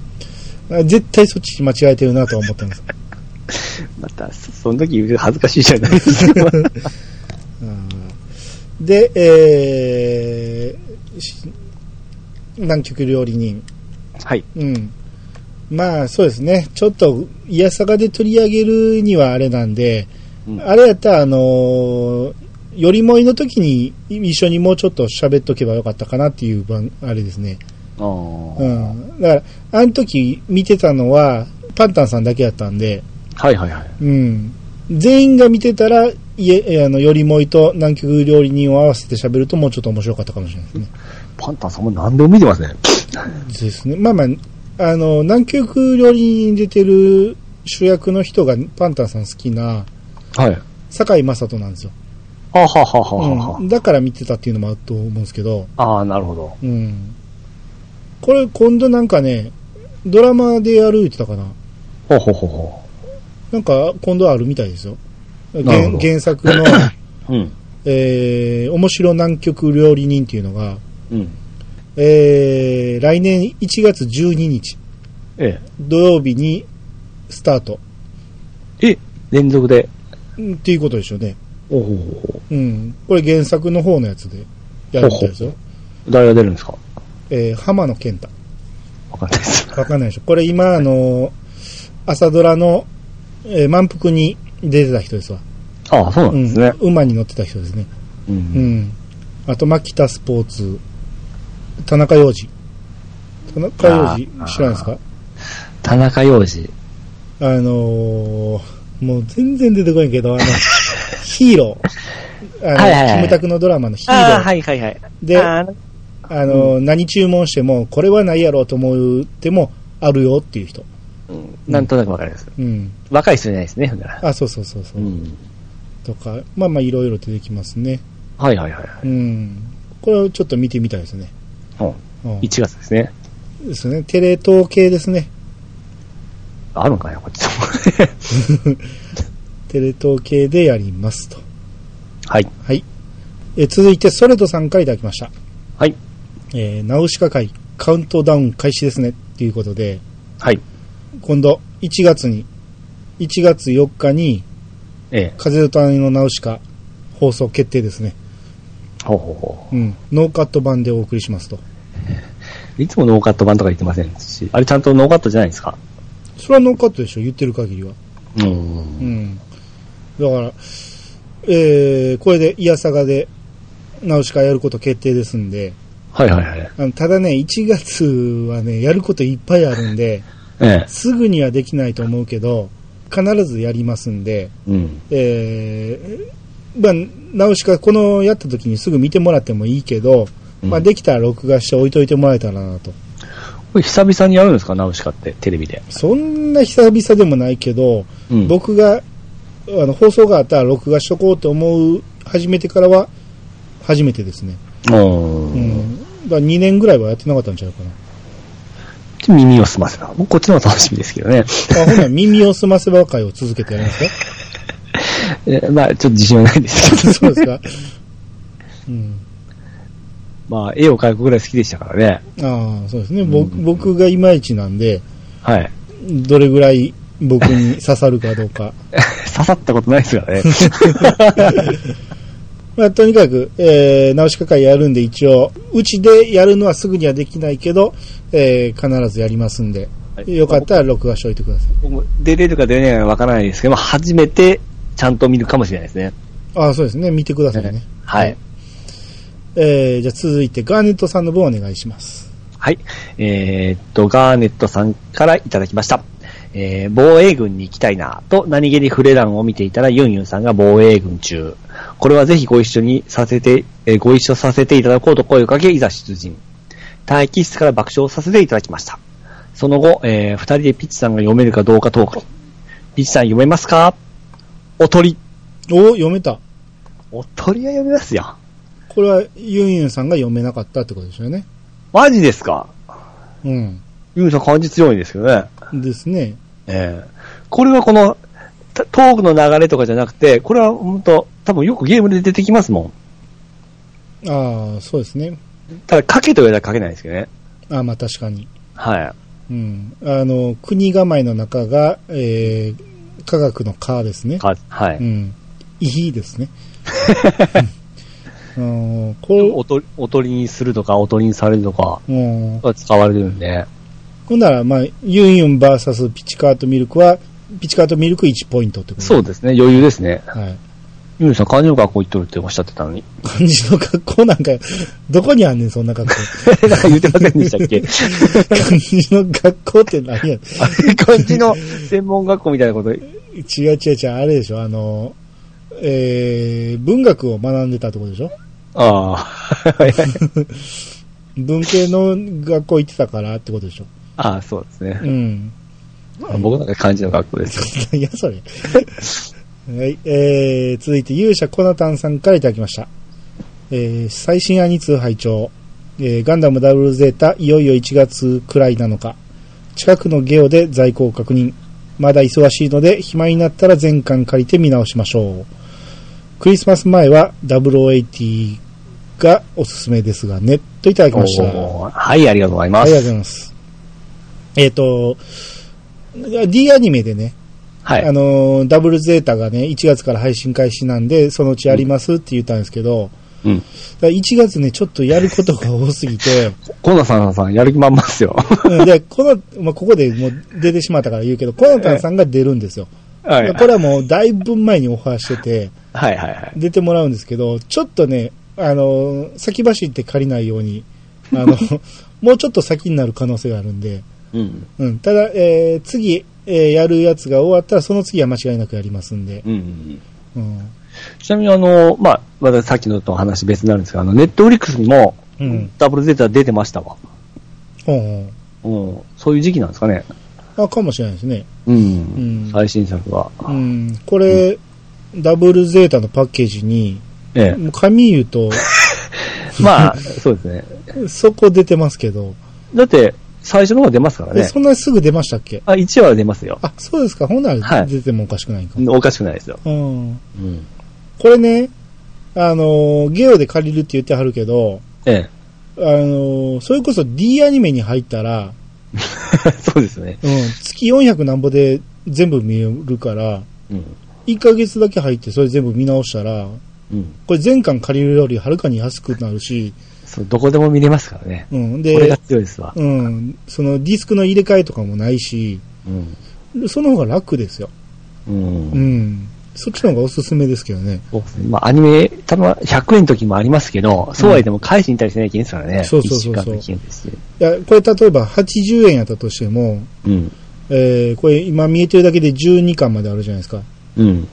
S1: あ絶対そっち間違えてるなとは思ったん です。
S2: また、そその時言うと恥ずかしいじゃないですか。
S1: うんで、えーし南極料理人。
S2: はい。
S1: うん。まあ、そうですね。ちょっと、いやさかで取り上げるにはあれなんで、
S2: うん
S1: あれやったら、あのーよりもいの時に一緒にもうちょっと喋っとけばよかったかなっていう番、あれですね。う
S2: は
S1: ん。だから、あの時見てたのは、パンタンさんだけやったんで、
S2: いはいはい。
S1: うん。全員が見てたら、いえ、あの、よりもいと南極料理人を合わせて喋るともうちょっと面白かったかもしれないですね。
S2: パンタンさんも何でも見てますね。
S1: ですね。まあまあ、あの、南極料理人に出てる主役の人がパンタンさん好きな、
S2: はい。
S1: 堺井雅人なんですよ、
S2: はははははは
S1: うん。だから見てたっていうのもあると思うんですけど、
S2: ああ、なるほど。
S1: うん。これ今度なんかね、ドラマでやる言ってたかな。
S2: ほうほうほうほ
S1: なんか、今度はあるみたいですよ。
S2: なるほ
S1: 原
S2: ど
S1: 原作 の、
S2: う。うん。
S1: えー、面白南極料理人っていうのが、
S2: うん。
S1: えー、来年1月12日、
S2: え
S1: 土曜日にスタート。
S2: え。え連続で。
S1: うんっていうことでしょうね。
S2: おほうほうほ
S1: うん。これ原作の方のやつでやるみたいですよ。
S2: う。誰が出るんですか
S1: えー、浜野健太。
S2: わかんないです。
S1: わかんないでしょ。これ今、あの、朝ドラの、えー満腹に出てた人ですわ。
S2: ああ、そうなん
S1: う
S2: ですね
S1: ん。。馬に乗ってた人ですね。
S2: う。
S1: うんん。あと、牧田スポーツ、田中洋次。田中洋次
S2: あー
S1: 知らないですか
S2: 田中洋次。
S1: あのー、もう全然出てこないけど、あ の、ヒーロー。あの、
S2: はいはいはい
S1: キムタクのドラマのヒーロ
S2: ああ、
S1: ー。
S2: はいはいはい。
S1: で、あ
S2: あー
S1: の、何注文しても、これはないやろうと思っても、あるよっていう人。
S2: うんなんとなくわかります。
S1: うん。
S2: 若い人じゃないですね、ほんなら。
S1: あ、そうそうそうそうう。
S2: ん。
S1: とか、まあまあいろいろ出てきますね。
S2: はいはいはい。
S1: うん。これをちょっと見てみたいですね。
S2: うん。
S1: うん。
S2: 1月ですね。
S1: ですね。テレ東系です ね。
S2: あるのかな、こっちも。
S1: テレ東系でやりますと。
S2: はい。
S1: はい。えー続いて、ソレドさんからいただきました。
S2: はい。
S1: えーナウシカ会カウントダウン開始ですね。っていうことで、
S2: はい。
S1: 今度1月に、1月4日に、
S2: ええ。
S1: 風の谷のナウシカ放送決定ですね。
S2: ほうほうほ
S1: うん。ノーカット版でお送りしますと。
S2: う。いつもノーカット版とか言ってませんし、あれちゃんとノーカットじゃないですか。
S1: それはノーカットでしょ言ってる限りは。
S2: う。
S1: うんん。だから、えー、これで、イヤサガで、ナウシカやること決定ですんで、
S2: はいはいはい。
S1: あのただね、1月はね、やることいっぱいあるんで、
S2: ええ。
S1: すぐにはできないと思うけど、必ずやりますんで、
S2: うん。
S1: えー、まあ、ナウシカ、このやった時にすぐ見てもらってもいいけど、
S2: うん
S1: まあ、できたら録画して置いといてもらえたらなと。
S2: これ久々にやるんですか、ナウシカって、テレビで。
S1: そんな久々でもないけど、
S2: うん
S1: 僕が、あの、放送があったら録画しとこうと思う、始めてからは、初めてですね。
S2: うん。
S1: うん。だ2年ぐらいはやってなかったんちゃうかな。
S2: ちょっと耳を澄ませた。もうこっちの方が楽しみですけどね。
S1: あ、ほな、耳を澄ませば会を続けてやりますか
S2: えまあ、ちょっと自信はないです けど。
S1: そうですかうん。
S2: まあ、絵を描くぐらい好きでしたからね。
S1: ああ、そうですね。僕、僕がいまいちなんで、
S2: はい。
S1: どれぐらい僕に刺さるかどうか。
S2: 刺さったことないです からね。
S1: まあ、とにかく、えー、直し会やるんで一応、うちでやるのはすぐにはできないけど、えー、必ずやりますんで、
S2: はい
S1: よかったら録画しておいてください。
S2: 僕も出れるか出れないかわからないですけど、まあ、初めてちゃんと見るかもしれないですね。
S1: ああ、そうですね。見てくださいね。
S2: はい。
S1: えー、じゃあ続いて、ガーネットさんの分お願いします。
S2: はい。えーっと、ガーネットさんからいただきました。えー防衛軍に行きたいなと何気にフレランを見ていたらユンユンさんが防衛軍中。これはぜひご一緒にさせて、えーご一緒させていただこうと声をかけ、いざ出陣。待機室から爆笑させていただきました。その後、えー二人でピッチさんが読めるかどうかトークに。ピッチさん読めますかおとり。
S1: お読めた。
S2: おとりは読めますよ。
S1: これは、ユンユンさんが読めなかったってことですよね。
S2: マジですか
S1: うん。
S2: ユンさん感じ強いんですけどね。
S1: ですね。
S2: ええこれはこの、たトークの流れとかじゃなくて、これは本当多分よくゲームで出てきますも
S1: ああ、そうですね。
S2: ん。ただ、書けと言われたら書けないですけどね。
S1: ああ、まあ確かに。
S2: は
S1: うん。あの、国構えの中が、えー、科学の科ですね
S2: い。。かは
S1: う
S2: い。
S1: ん。いいですね。うん、うんこれ
S2: おとり、おとりにするとか、おとりにされるとか、
S1: うん。
S2: が使われるんで。
S1: ほんなら、まあ、ユンユンバーサスピチカートミルクは、ピチカートミルク1ポイントってこと
S2: そうですね、余裕ですね。
S1: はい。
S2: ユンさん、漢字の学校行っとるっておっしゃってたのに。
S1: 漢字の格好なんか、どこにあんねん、そんな格好。
S2: なんか 言ってませんでしたっ け
S1: 漢字の学校って何や
S2: あれ漢字の専門学校みたいなこと。
S1: 違う違う違う、あれでしょ、あの、えー、文学を学んでたってことでしょ
S2: ああ。
S1: 文系の学校行ってたからってことでしょ
S2: ああ、そうですね
S1: う。ん。
S2: 僕なんか漢字の学校ですよ。
S1: いや、それ。はい、えー、続いて、勇者コナタンさんからいただきました。えー、最新アニツ拝聴えー、ガンダムダブルゼータ、いよいよ1月くらいなのか。近くのゲオで在庫を確認。まだ忙しいので、暇になったら全巻借りて見直しましょう。クリスマス前は0080がおすすめですがね、といただきました。は
S2: おーはい、ありがとうござ
S1: い、
S2: い
S1: あ
S2: ま
S1: り
S2: す。
S1: がとうございます。えっ、と、D アニメでね、
S2: はい。
S1: あの、ダブルゼータがね、1月から配信開始なんで、そのうちやりますって言ったんですけど、
S2: うん。
S1: だから1月ね、ちょっとやることが多すぎ て、
S2: コナさんさん、やる気満々ですよ。
S1: うんで、この、まあ、ここでもう出てしまったから言うけど、コナタンさんが出るんですよ。
S2: はい。
S1: これはもうだいぶ前にオファーしてて、
S2: はいはいはい。
S1: 出てもらうんですけど、ちょっとね、あの、先走って借りないように、あ の、もうちょっと先になる可能性があるんで、
S2: うん。
S1: うん、ただ、えー次、えーやるやつが終わったら、その次は間違いなくやりますんで、
S2: うん。
S1: うん。
S2: ちなみにあの、まあ、まださっきのと話別になるんですけど、あの、ネットフリックスにも
S1: うん、
S2: ダブルゼータ出てましたわ。
S1: ほうほ
S2: うん。そういう時期なんですかね。
S1: うあ、かもしれないですね。
S2: う。
S1: うんん。
S2: 最新作は。
S1: うん、これ、ダブルゼータのパッケージに、
S2: え
S1: もう紙言う と、
S2: え。まあ、そうですね。
S1: そこ出てますけど、
S2: だって、最初の方が出ますから
S1: え、
S2: ね。
S1: そんなにすぐ出ましたっけ
S2: あ、1話は出ますよ。
S1: あ、そうですか。ほんな
S2: は
S1: ら
S2: い
S1: 出てもおかしくないか。
S2: おかしくないですよ。
S1: うん。
S2: うん。
S1: これね、あのーゲオで借りるって言ってはるけど、
S2: え
S1: あのーそれこそ D アニメに入ったら、
S2: え。そうですね。
S1: うん、月400なんぼで全部見るから、
S2: うん。
S1: 1ヶ月だけ入ってそれ全部見直したら、
S2: うん。
S1: これ全巻借りるよりはるかに安くなるし、
S2: そう、どこでも見れますからね。
S1: うん、
S2: これが
S1: で、
S2: 強いですわ。
S1: うん、そのディスクの入れ替えとかもないし、
S2: うん。
S1: その方が楽ですよ。
S2: うん
S1: う。ん。そっちの方がおすすめですけどね。
S2: そうですね。まあ、アニメ、たま、100円の時もありますけど、そうは言っても返しに行ったりしないといけないですからね。
S1: そうそうそう
S2: 1
S1: そう
S2: 時間の期限ですし。
S1: いや、これ例えば80円やったとしても、
S2: うん。
S1: えーこれ今見えてるだけで12巻まであるじゃないですか。
S2: うん。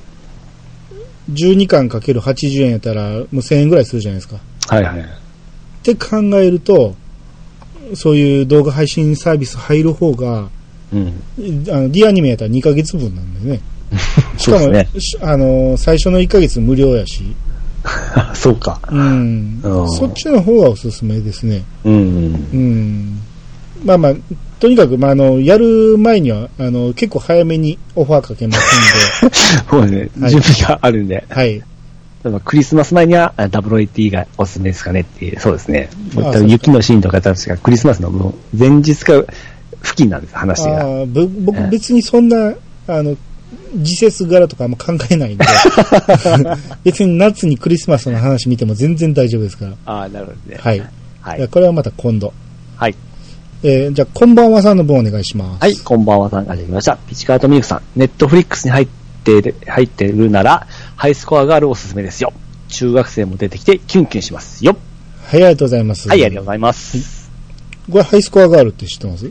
S1: 12巻かける80円やったらもう1000円ぐらいするじゃないですか。っ
S2: はいはい。
S1: て考えると、そういう動画配信サービス入る方が、
S2: うん。
S1: あの、D アニメやったら2ヶ月分なんでね。し
S2: そう
S1: か
S2: です
S1: も、
S2: ね。
S1: しあの、最初の1ヶ月無料やし、
S2: そうか。
S1: うん。
S2: うん
S1: そっちの方がおすすめですね。
S2: うん
S1: う。ん。まあまあ、とにかく、まあ、あの、やる前には、あの、結構早めにオファーかけますんで、
S2: そうです
S1: は
S2: ね。
S1: い
S2: 準備があるん で。
S1: はい。
S2: 例えばクリスマス前にはあ 0AT がおすすめですかねっていう。そうですね。
S1: あそ
S2: 多
S1: う
S2: 分
S1: か
S2: 雪のシーンとか確かクリスマスのもう前日か付近なんです、話が。
S1: ああ、ぶ僕
S2: ええ
S1: 別にそんな、あの、時節柄とかあんま考え ないんで、 別に夏にクリスマスの話見ても全然大丈夫ですから。
S2: ああ、なるほどね。
S1: はい。
S2: は
S1: じゃあ
S2: い。
S1: これはまた今度。
S2: はい。
S1: えーじゃあ、こんばんはさんの分お願いします。
S2: はい、こんばんは参加してきました。ピチカートミルクさん、ネットフリックスに入っている、入っているなら、ハイスコアがあるおすすめですよ。中学生も出てきてキュンキュンしますよ。
S1: はい、ありがとうございます。
S2: はい、ありがとうございます。
S1: これハイスコアガールって知ってます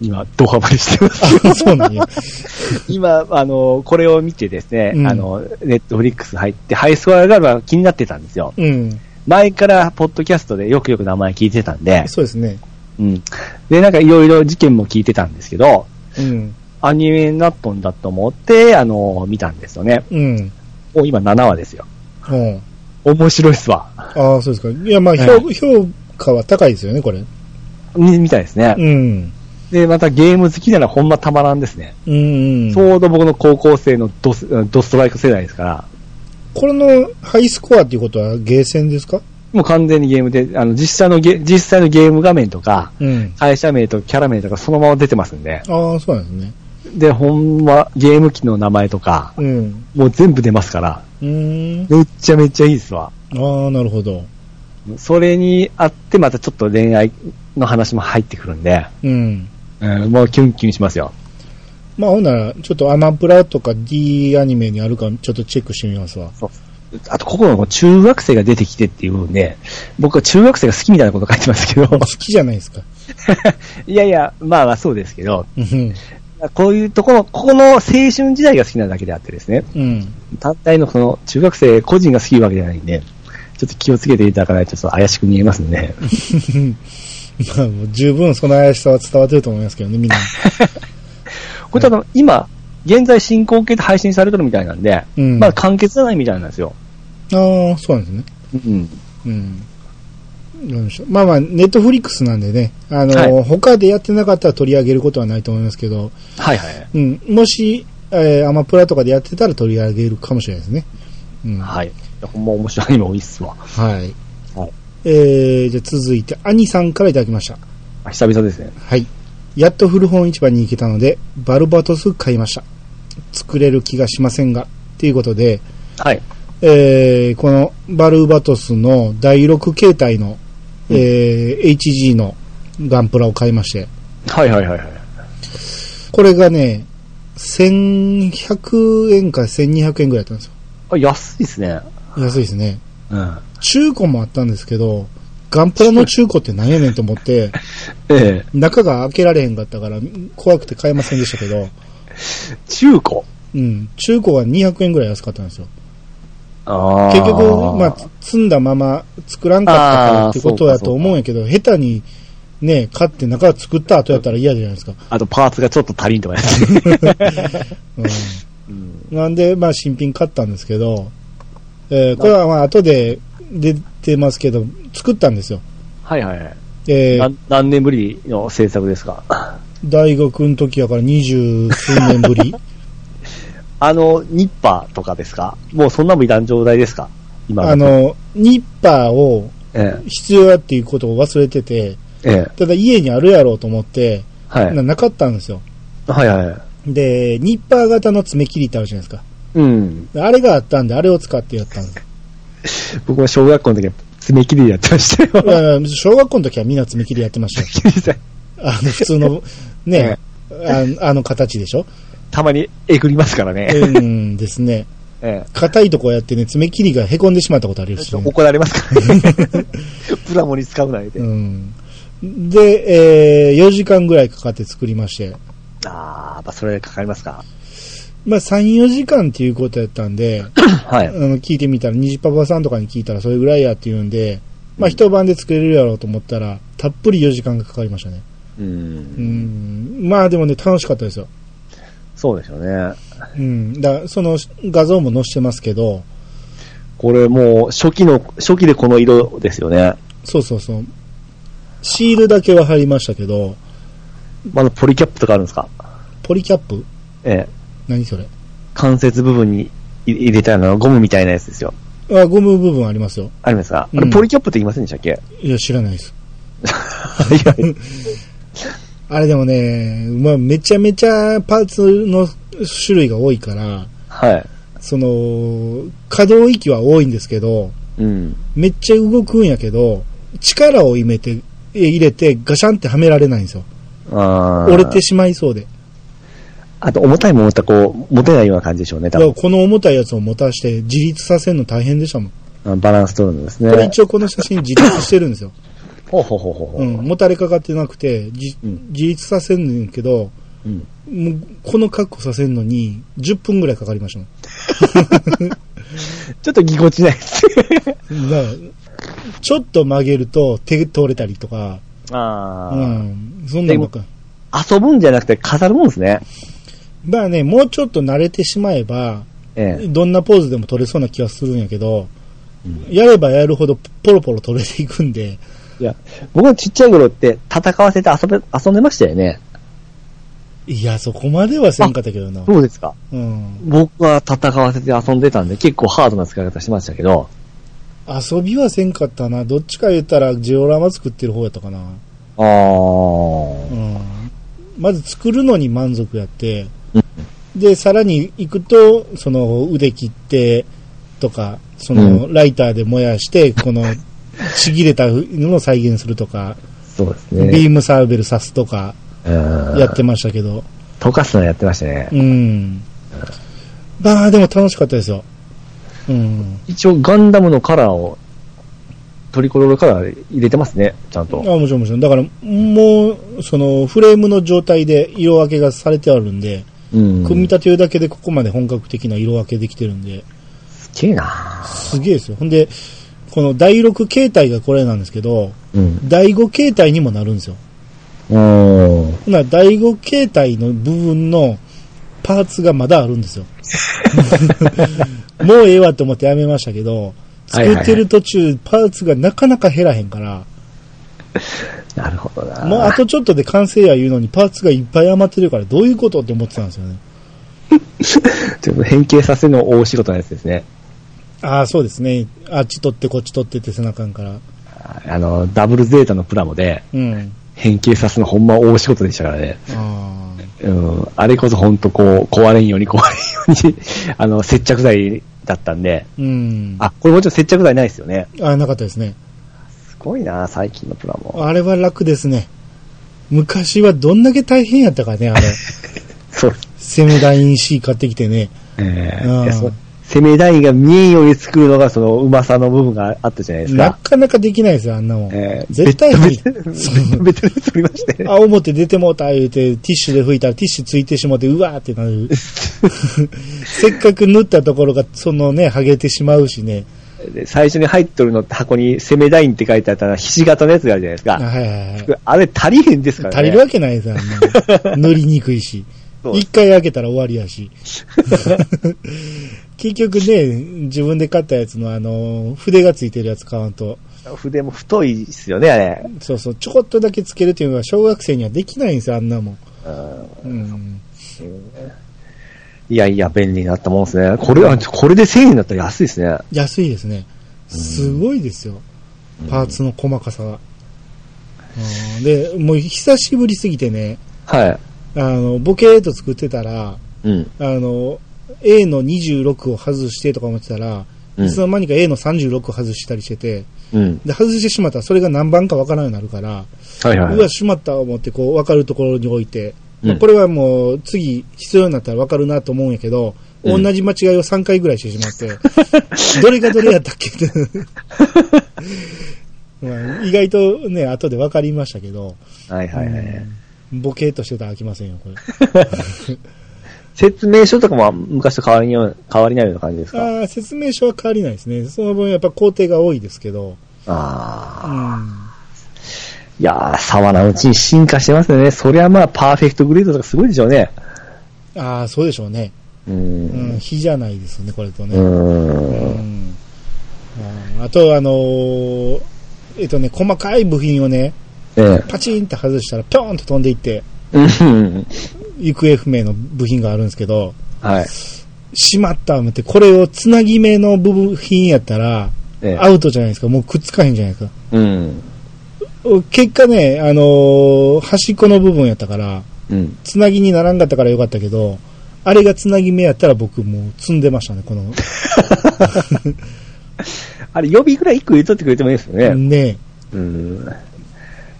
S2: 今、ドハマりしてます。
S1: あ、そうなんや。
S2: 今、あの、これを見てですね、
S1: うん
S2: あの、ネットフリックス入って、ハイスコアがあるのは気になってたんですよ。
S1: うん。
S2: 前から、ポッドキャストでよくよく名前聞いてたんで、
S1: そうですね。
S2: うん。で、なんかいろいろ事件も聞いてたんですけど、
S1: うん。
S2: アニメになっとんだと思って、あの、見たんですよね。
S1: うん。
S2: もう今7話ですよ。
S1: うん。
S2: 面白いっすわ。
S1: ああ、そうですか。いや、まあ、評,、
S2: え
S1: 評価は高いですよね、これ。
S2: みみたいですね。
S1: うん。
S2: で、またゲーム好きならほんまたまらんですね。
S1: うん、うん。
S2: ちょうど僕の高校生のドスドストライク世代ですから、
S1: これのハイスコアっていうことはゲーセンですか
S2: もう完全にゲームで、あの、実際のゲ、実際のゲーム画面とか、
S1: うん。
S2: 会社名とキャラ名とかそのまま出てますんで。
S1: ああ、そうなんですね。
S2: で、ほんま、ゲーム機の名前とか、
S1: うん。
S2: もう全部出ますから、
S1: うーん。
S2: めっちゃめっちゃいいですわ。
S1: ああ、なるほど。
S2: それにあって、またちょっと恋愛の話も入ってくるんで、
S1: うん。
S2: うん、もうキュンキュンしますよ。
S1: まあ、ほんなら、ちょっとアマプラとか D アニメにあるか、ちょっとチェックしてみますわ。
S2: あと、ここのこう中学生が出てきてっていう部分で、僕は中学生が好きみたいなこと書いてますけ ど、
S1: 好きじゃないですか。
S2: いやいや、まあまあそうですけど、
S1: うん。
S2: こういうところ、ここの青春時代が好きなだけであってですね、
S1: うん。
S2: 単体のその中学生個人が好きなわけじゃないんで、ちょっと気をつけていただかないとちょっと怪しく見えますね。
S1: まあ、もう十分その怪しさは伝わってると思いますけどね、みんな。
S2: これただ、今、現在進行形で配信されてるみたいなんで、
S1: うん。
S2: まあ完結じゃないみたいなんですよ。
S1: ああ、そうなんですね。
S2: うん。
S1: うん。なんでしょうまあまあ、ネットフリックスなんでね、あの、
S2: はい
S1: 他でやってなかったら取り上げることはないと思いますけど、
S2: はいはい。
S1: うん、もし、えーアマプラとかでやってたら取り上げるかもしれないですね。うん、は
S2: はい。いやほんま面白いアニメ多いっすわ。
S1: い。
S2: はい
S1: えー、じゃあ続いて、アニさんからいただきました。
S2: あ久々ですね。
S1: はい。やっと古本市場に行けたので、バルバトス買いました。作れる気がしませんが、ということで、
S2: はい。
S1: えーこのバルバトスの第6形態の、
S2: うん
S1: えー HG のガンプラを買いまして、
S2: はいはいはいはい。
S1: これがね、1100円か1200円ぐらいだったんです
S2: あ、安いっすね。
S1: よ。安いですね。
S2: うん。
S1: 中古もあったんですけど、ガンプラの中古って何やねんと思 って、
S2: ええ
S1: 中が開けられへんかったから怖くて買えませんでしたけど、
S2: 中古
S1: うん、中古は200円ぐらい安かったんですよ。
S2: あー
S1: 結局、まあ、積んだまま作らんかったからってこと
S2: あー
S1: や
S2: そうか
S1: と思うんやけど、下手にね、買って中作った後やったら嫌じゃないですか。
S2: あとパーツがちょっと足りんとかや つ。
S1: うん。なんで、まあ、新品買ったんですけど、えーこれはまあ、後で出てますけど、作ったんですよ。
S2: はいはいはい。
S1: え
S2: な
S1: ー、
S2: 何年ぶりの制作ですか
S1: 大学の時やから二十数年ぶ り。
S2: あの、ニッパーとかですかもうそんなもいらん状態ですか今
S1: あ、の、ニッパーを
S2: え
S1: 必要やっていうことを忘れてて、
S2: え、ええ、
S1: ただ家にあるやろうと思って、
S2: はい。
S1: ななかったんですよ。
S2: はいはいはい。
S1: で、ニッパー型の爪切りってあるじゃないですか。
S2: うん。
S1: あれがあったんで、あれを使ってやったん です。
S2: 僕も小学校の時は爪切りやってましたよ。
S1: うん小学校の時はみんな爪切りやってましたよ。あの、普通の、ね、あのあの形でしょ
S2: たまにえぐりますからね。
S1: うんですね。
S2: え
S1: 硬いとこやってね、爪切りが凹んでしまったことあり
S2: え
S1: ますね。
S2: 怒られますからね。 プラモに使うな言うて。
S1: うん。で、えー4時間ぐらいかかって作りまして。
S2: ああ、やっぱそれかかりますか。
S1: まあ、3、4時間っていうことやったん で、
S2: は
S1: あ
S2: い。
S1: の、聞いてみたら、虹パパさんとかに聞いたらそれぐらいやって言うんで、まあ、一晩で作れるやろうと思ったら、たっぷり4時間がかかりましたね。
S2: う。
S1: うんん。まあ、でもね、楽しかったですよ。
S2: そうでしょうね。
S1: うん。だからその画像も載せてますけど、
S2: これもう初期の、初期でこの色ですよね。
S1: そうそうそう。シールだけは貼りましたけど、
S2: まだポリキャップとかあるんですか
S1: ポリキャップ
S2: ええ。
S1: 何それ
S2: 関節部分に入入れたあのゴムみたいなやつですよ。
S1: あ、ゴム部分ありますよ。
S2: ありますかあれ
S1: うん
S2: ポリキャップって言いませんでしたっ け、
S1: いや、知らないです。
S2: はいはい。
S1: あれでもね、まあ、めちゃめちゃパーツの種類が多いから、
S2: はい。
S1: その、可動域は多いんですけど、
S2: うん。
S1: めっちゃ動くんやけど、力を入れて、え入れて、ガシャンってはめられないんですよ。
S2: あー
S1: 折れてしまいそうで。
S2: あと、重たいものったこう、持てないような感じでしょうね、
S1: だ
S2: 多
S1: から
S2: 分。
S1: この重たいやつを持たして、自立させるの大変でしたもん。
S2: あバランス取るんです
S1: これ
S2: ね。
S1: 一応この写真自立してるんですよ。
S2: ほうほうほう ほうほ
S1: うん、もたれかかってなくて、じ
S2: うん
S1: 自立させんねんけど、
S2: うん
S1: もうこの格好させんのに、10分ぐらいかかりましたもん。
S2: ちょっとぎこちないです。
S1: だからちょっと曲げると手取れたりとか、
S2: あ
S1: う
S2: ー
S1: ん、そんなのか。
S2: 遊ぶんじゃなくて飾るもんですね。
S1: まあね、もうちょっと慣れてしまえば、
S2: ええ。
S1: どんなポーズでも取れそうな気はするんやけど、やればやるほどポロポロ取れていくんで、
S2: いや、僕はちっちゃい頃って戦わせて遊べ、遊んでましたよね。
S1: いや、そこまではせんかったけどな。
S2: そうですか。
S1: うん。
S2: 僕は戦わせて遊んでたんで、結構ハードな使い方してましたけど。
S1: 遊びはせんかったな。どっちか言ったらジオラマ作ってる方やったかな。
S2: ああ
S1: う。んまず作るのに満足やって、で、さらに行くと、その腕切ってとか、そのライターで燃やして、このちぎれたのを再現するとか、
S2: そうです
S1: ビ
S2: ね。
S1: ームサーベル刺すとか
S2: うん
S1: やってましたけど、
S2: 溶かすのやってましたね。
S1: うん。まあでも楽しかったですよ。うん。
S2: 一応ガンダムのカラーを、トリコロールカラー入れてますね、ちゃん
S1: あ
S2: と。
S1: もちろんもちろん。だから、もう、その、フレームの状態で色分けがされてあるんで、
S2: うん
S1: 組み立てるだけでここまで本格的な色分けできてるんで、
S2: すげえな
S1: すげえですよ。ほんで、この第6形態がこれなんですけど、
S2: うん。
S1: 第5形態にもなるんですよ。
S2: お
S1: ほんなら第5形態の部分のパーツがまだあるんです よ。もうええわと思ってやめましたけど、
S2: はいはい
S1: 作
S2: はい
S1: ってる途中、パーツがなかなか減らへんから、
S2: なるほどな。
S1: もうあとちょっとで完成や言うのにパーツがいっぱい余ってるからどういうことって思ってたんですよね。
S2: ちょっと変形させるの大仕事なやつですね。
S1: ああ、そうですね。あっち取ってこっち取ってって背中から。
S2: あの、ダブルゼータのプラモで
S1: うん。
S2: 変形させるのほんま大仕事でしたからね。
S1: ああ。
S2: うん、あれこそほんとこう、壊れんように壊れんように、あの、接着剤だったんで、
S1: うん。あ
S2: あ、これもちろん接着剤ないですよね。
S1: あ、なかったですね。
S2: すごいな、最近のプラモ。
S1: あれは楽ですね。昔はどんだけ大変やったかね、 あれ。
S2: そうです。
S1: セメダイン C 買ってきてね。
S2: ええ
S1: うん
S2: いやそう攻め台が見えんように作るのがそのうまさの部分があったじゃないです
S1: な
S2: か。
S1: かなかできないですよ、あんなもん。
S2: ええ
S1: 絶対無理。そう
S2: 別に作りましたね。
S1: あ、表出てもうた言うて、ティッシュで拭いたらティッシュついてしもて、うわーってな る。せっかく塗ったところが、そのね、剥げてしまうしね。
S2: で最初に入っとるのって箱に攻め台って書いてあったら、ひし形のやつがあるじゃないです
S1: あ
S2: か。
S1: はいはいはい。
S2: あれ足りへんですからね。
S1: 足りるわけないですよ、あんなの塗りにくいし。
S2: そう
S1: 一回開けたら終わりや し。結局ね、自分で買ったやつのあの、筆がついてるやつ買わんと。
S2: 筆も太いですよね、あれ。
S1: そうそう、ちょこっとだけつけるっていうのは小学生にはできないんですよ、あんなもん。うん。
S2: いやいや、便利になったもんですね。これは、これで1000円だったら安いですね。
S1: 安いですね。すごいですよ。パーツの細かさが。うんで、もう久しぶりすぎてね、
S2: は
S1: あの、ボケーっと作ってたら、
S2: い。うん。
S1: あの、A の26を外してとか思ってたら、
S2: うん
S1: いつの間にか A の36を外したりしてて、
S2: うん。
S1: で、外してしまったらそれが何番かわからんようになるから、
S2: はいはいうは
S1: わ、
S2: い。
S1: しまった思ってこう、わかるところに置いて、まあ
S2: うん
S1: これはもう次必要になったらわかるなと思うんやけど、
S2: うん
S1: 同じ間違いを3回ぐらいしてしまって、 どれがどれやったっけって。 まあ意外とね、後で分かりましたけど、
S2: はいはいはい。
S1: ボケーっとしてたら飽きませんよ、これ。
S2: 説明書とかも昔と変わりよう変わりないような感じですか
S1: ああ、説明書は変わりないですね。その分やっぱ工程が多いですけど。う
S2: ああ。
S1: ん。
S2: いやー、沢なうちに進化してますよね。そりゃまあ、パーフェクトグレードとかすごいでしょうね。
S1: ああ、そうでしょうね。
S2: う。
S1: うんん、比じゃないですよね、これと
S2: う。
S1: ね。うんん。あーあと、あのーえっとね、細かい部品をね、
S2: ええ。
S1: パチンって外したら、ぴょーんと飛んでいって、
S2: うん。
S1: 行方不明の部品があるんですけど、
S2: はい。
S1: しまった思って、これをつなぎ目の部品やったら、
S2: ええ
S1: アウトじゃないですか。もうくっつかへんじゃないですか。
S2: うん。
S1: 結果ね、あのー端っこの部分やったから、
S2: うん。
S1: つなぎにならんかったからよかったけど、あれがつなぎ目やったら僕もう積んでましたね、この。
S2: あれ、予備ぐらい1個入れとってくれてもいいですよね。
S1: ね
S2: うん。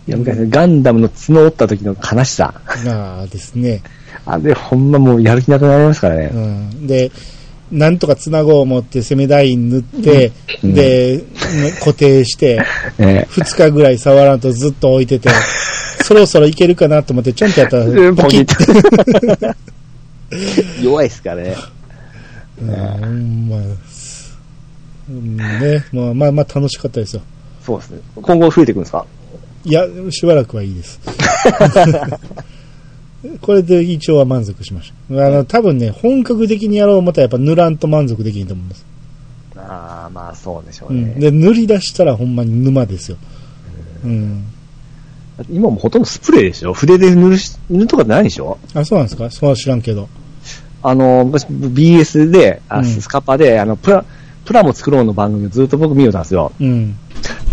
S2: いや、昔、ガンダムの角折った時の悲しさ。
S1: え、なあですね、
S2: あれ、ほんまもうやる気なくなりますから
S1: う
S2: ね。
S1: ん。で、なんとかつなごう思って攻め台に塗って、
S2: うん
S1: で、ね固定して、
S2: え
S1: 2日ぐらい触らんとずっと置いてて、そろそろいけるかなと思って、ちょんってやった
S2: え
S1: ら、ポ
S2: ポ
S1: キ
S2: キ
S1: ッ
S2: ッと。 弱いですからね。
S1: うん、まあ、うんね、まあまあまあ楽しかったですよ。
S2: そうですね。今後増えていくんですか
S1: いや、しばらくはいいです。 これで一応は満足しました。あの、多分ね、本格的にやろう思ったらやっぱ塗らんと満足できんと思います。
S2: ああ、まあそうでしょ
S1: う。
S2: うんね。
S1: で、塗り出したらほんまに沼ですよ。うん。
S2: 今もほとんどスプレーでしょ筆で塗るし、塗るとかってないでしょ
S1: あ、そうなんですかそうは知らんけど。
S2: あの、昔 BS で、あ
S1: うん
S2: スカパで、あの、プラ、プラも作ろうの番組をずっと僕見ようたんですよ。
S1: うん。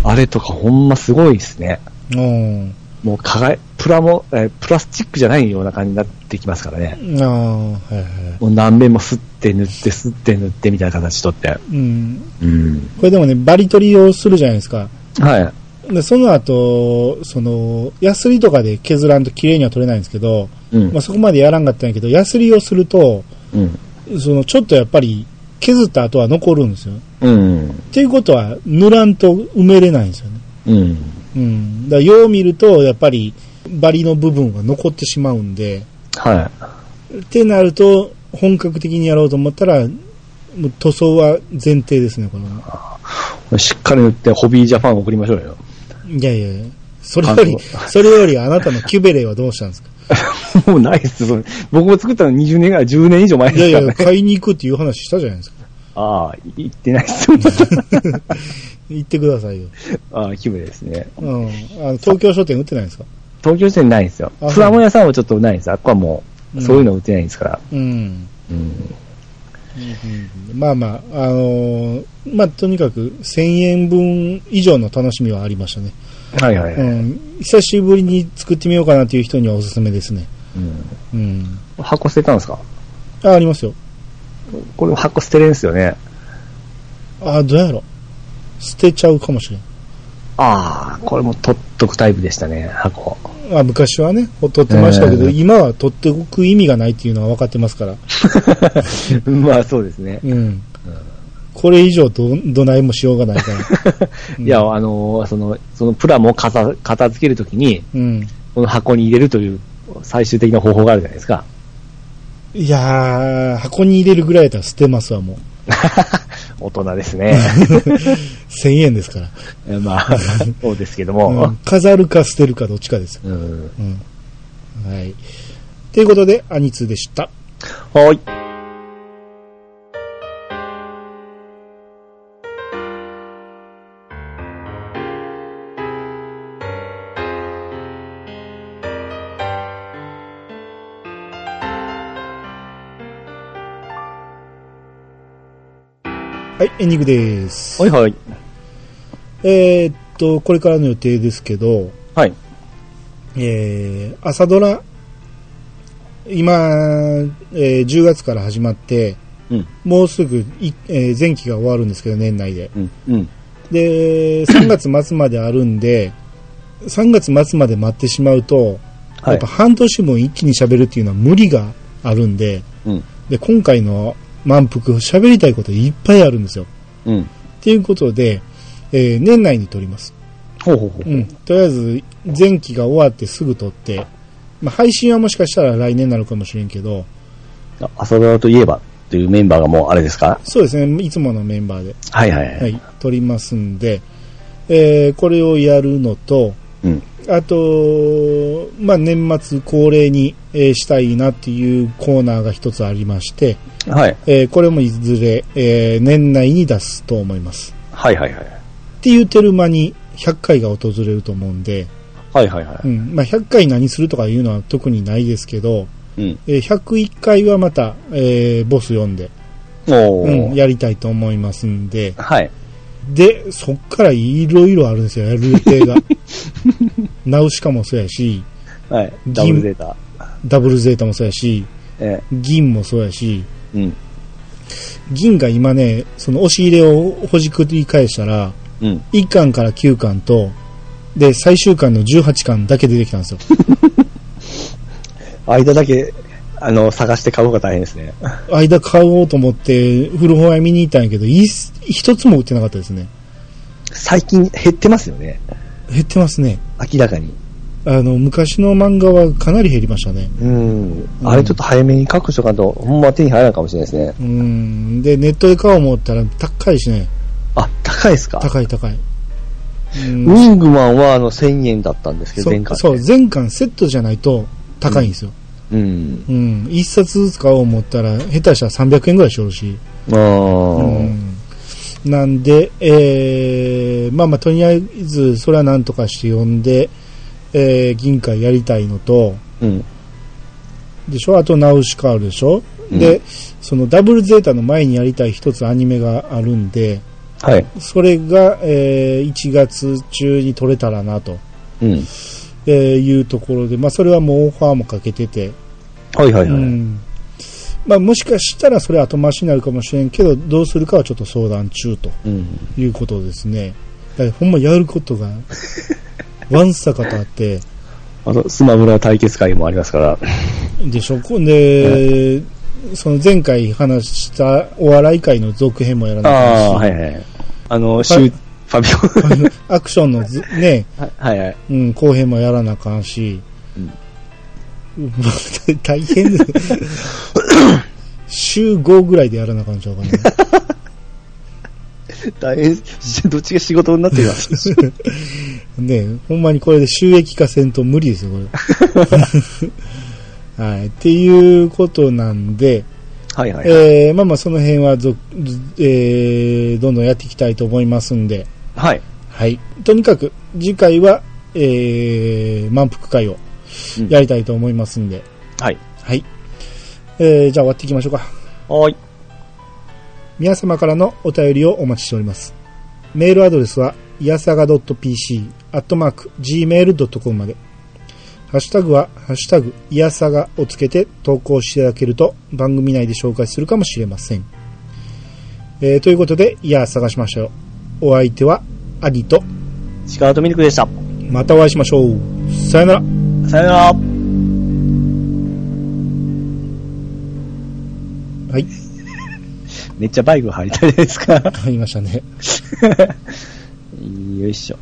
S2: あれとかほんますごいですね。
S1: うん。
S2: もう輝、プラも、えープラスチックじゃないような感じになってきますからね。
S1: ああ、はいは
S2: もう何面も吸って塗って、吸って塗ってみたいな形とって。
S1: い。うん。
S2: うん。
S1: これでもね、バリ取りをするじゃないですか。
S2: はい。
S1: で、その後、その、ヤスリとかで削らんと綺麗には取れないんですけど、
S2: うん
S1: まあそこまでやらんかったんやけど、ヤスリをすると、
S2: うん。
S1: そのちょっとやっぱり削った後は残るんですよ。
S2: うん。
S1: っていうことは塗らんと埋めれないんですよね。
S2: うん。
S1: うん。だからよう見るとやっぱりバリの部分が残ってしまうんで、
S2: は
S1: ってなると本格的にやろうと思ったら、もう塗装は前提ですね、これは。
S2: い。しっかり塗って、ホビージャパン送りましょうよ。
S1: いやいやいやそれより、
S2: あ
S1: それよりあなたのキュベレーはどうしたんですか
S2: もうないっす。それ僕も作ったの20年ぐらい、10年以上前
S1: い
S2: で
S1: や
S2: す
S1: い
S2: から
S1: や、
S2: ね。
S1: 買いに行くっていう話したじゃないですか。
S2: ああ、行ってないっす。
S1: 行ってくださいよ。
S2: あ、キムですね。
S1: うん。あの、東京書店売ってないんですか
S2: 東京線ないんですよ
S1: あ。
S2: プラモ屋さんはちょっとないんですよ。あっこはも
S1: う
S2: う、
S1: ん
S2: そういうの売ってないんですから。
S1: うん。
S2: うん。
S1: まあまあ、あのーまあとにかく1000円分以上の楽しみはありましたね。
S2: はいはいは
S1: う
S2: い。
S1: ん。久しぶりに作ってみようかなという人にはおすすめですね。
S2: うん。
S1: うん。
S2: 箱捨てたんですか
S1: あ、ありますよ。
S2: これ箱捨てれんすよね。
S1: あ、どうやろ。捨てちゃうかもしれ
S2: ああ、これも取っとくタイプでしたね、 箱。
S1: ん。あ、昔はね、ほっとってましたけど、
S2: ええ
S1: 今は取っておく意味がないっていうのは分かってますから。
S2: まあそうですね。
S1: うん。これ以上ど、どないもしようがない から。うん
S2: いや、あのーその、そのプラモをかさ片付けるときに、
S1: うん。
S2: この箱に入れるという最終的な方法があるじゃないです か。
S1: いやー、箱に入れるぐらいやったら捨てますわ、もう。
S2: 大人です ね。
S1: 1000円ですから。
S2: まあ、そうですけど
S1: う
S2: も
S1: ん。飾るか捨てるかどっちかですよ。
S2: うん。
S1: うん。はい。ということで、アニツーでした。
S2: はい。
S1: はい、エンディングです。
S2: はいはい。
S1: えーっと、これからの予定ですけど、
S2: はい。
S1: えー、朝ドラ、今、えー10月から始まって、
S2: うん。
S1: もうすぐい、えー前期が終わるんですけど、年内で。
S2: うん。うん。
S1: で、3月末まであるんで、3月末まで待ってしまうと、
S2: は
S1: や
S2: い
S1: っぱ。半年分一気に喋るっていうのは無理があるんで、
S2: うん。
S1: で、今回の満腹、喋りたいこといっぱいあるんですよ。
S2: うん。
S1: っていうことで、えー年内に撮ります。
S2: ほうほうほう。
S1: うん。とりあえず、前期が終わってすぐ撮って、まあ、配信はもしかしたら来年になるかもしれんけど、
S2: あ朝ドラといえばっていうメンバーがもうあれですか
S1: そうですね、いつものメンバーで、
S2: はいはいは。
S1: はいい、撮りますんで、えーこれをやるのと、
S2: うん。
S1: あと、まあ、年末恒例に、えーしたいなっていうコーナーが一つありまして、
S2: はい。
S1: えーこれもいずれ、えー年内に出すと思います。
S2: はいはいはい。
S1: って言うてる間に100回が訪れると思うんで、
S2: はいはいは
S1: う
S2: い。
S1: んまあ、100回何するとかいうのは特にないですけど、
S2: うん。
S1: えー101回はまた、えーボス読んで、
S2: お
S1: うん、
S2: ー。
S1: やりたいと思いますんで、
S2: はい。
S1: で、そっからいろいろあるんですよ、やる予定 が。ナウシカもそうやし、
S2: はい。ダブルデータ。
S1: ダブルゼータもそうやし、
S2: え
S1: 銀もそうやし、
S2: え。うん。
S1: 銀が今ね、その押し入れをほじくり返したら、
S2: うん。
S1: 1巻から9巻と、で、最終巻の18巻だけ出てきたんですよ。
S2: 間だけ、あの、探して買うのが大変ですね。
S1: 間買おうと思って、古本屋見に行ったんやけど、い一つも売ってなかったですね。
S2: 最近減ってますよね。
S1: 減ってますね。
S2: 明らかに。
S1: あの、昔の漫画はかなり減りましたね。
S2: うん。あれちょっと早めに確保しとかんと、ほんま手に入らんかもしれないですね。
S1: うん。で、ネットで買おう思ったら高いしね。
S2: あ、高いですか
S1: 高い高い。うん
S2: ウィングマンはあの1000円だったんですけど、
S1: そ
S2: 前回。
S1: そう、。全巻セットじゃないと高いんですよ。
S2: うん。
S1: うん。一冊ずつ買おう思ったら、下手したら300円ぐらいしよるし。
S2: あー。
S1: うんなんで、えーまあまあ、とりあえず、それはなんとかして呼んで、えー銀会やりたいのと、
S2: うん。
S1: でしょあと、ナウシカあるでしょ、
S2: うん
S1: で、そのダブルゼータの前にやりたい一つアニメがあるんで、
S2: はい。
S1: それが、えー1月中に撮れたらなと、
S2: うん。
S1: えーいうところで、まあ、それはもうオファーもかけてて、
S2: はいはいは
S1: う
S2: い。
S1: んまあ、もしかしたらそれ後回しになるかもしれんけど、どうするかはちょっと相談中と。
S2: うん。
S1: いうことですね。だからほんまやること が、ワンサカとあって、
S2: あと、スマブラ対決会もありますから。
S1: でしょ、こんで、その前回話したお笑い界の続編もやらない
S2: ああー、
S1: か
S2: は
S1: んし
S2: いはい。あの、シュー、ファビ
S1: あの アクションのずね、
S2: オ。はいはい。
S1: うん、後編もやらなあかんし、 大 変です。週5ぐらいでやらなあかんちゃうかな。
S2: 大変、どっちが仕事になってい ます。
S1: ねえほんまにこれで収益化せんと無理ですよ、こ れ。はい。っていうことなんで、
S2: はいはい。
S1: えーまあまあその辺はぞ、ずえーどんどんやっていきたいと思いますんで、
S2: はい。
S1: はい。とにかく、次回は、えー、満腹会を
S2: うん
S1: やりたいと思いますんで。
S2: はい。
S1: はい。えー、じゃあ終わっていきましょうか。
S2: はい。
S1: 皆様からのお便りをお待ちしております。メールアドレスは、いやさが .pc、アットマーク、gmail.com まで。ハッシュタグは、ハッシュタグ、いやさがをつけて投稿していただけると、番組内で紹介するかもしれません。えー、ということで、いや、探しましたよ。お相手は、アニと、
S2: シカートミルクでした。
S1: またお会いしましょう。さよなら。
S2: さよなら。
S1: はい。
S2: めっちゃバイク入りたいですか
S1: 入りましたね。
S2: よいしょ。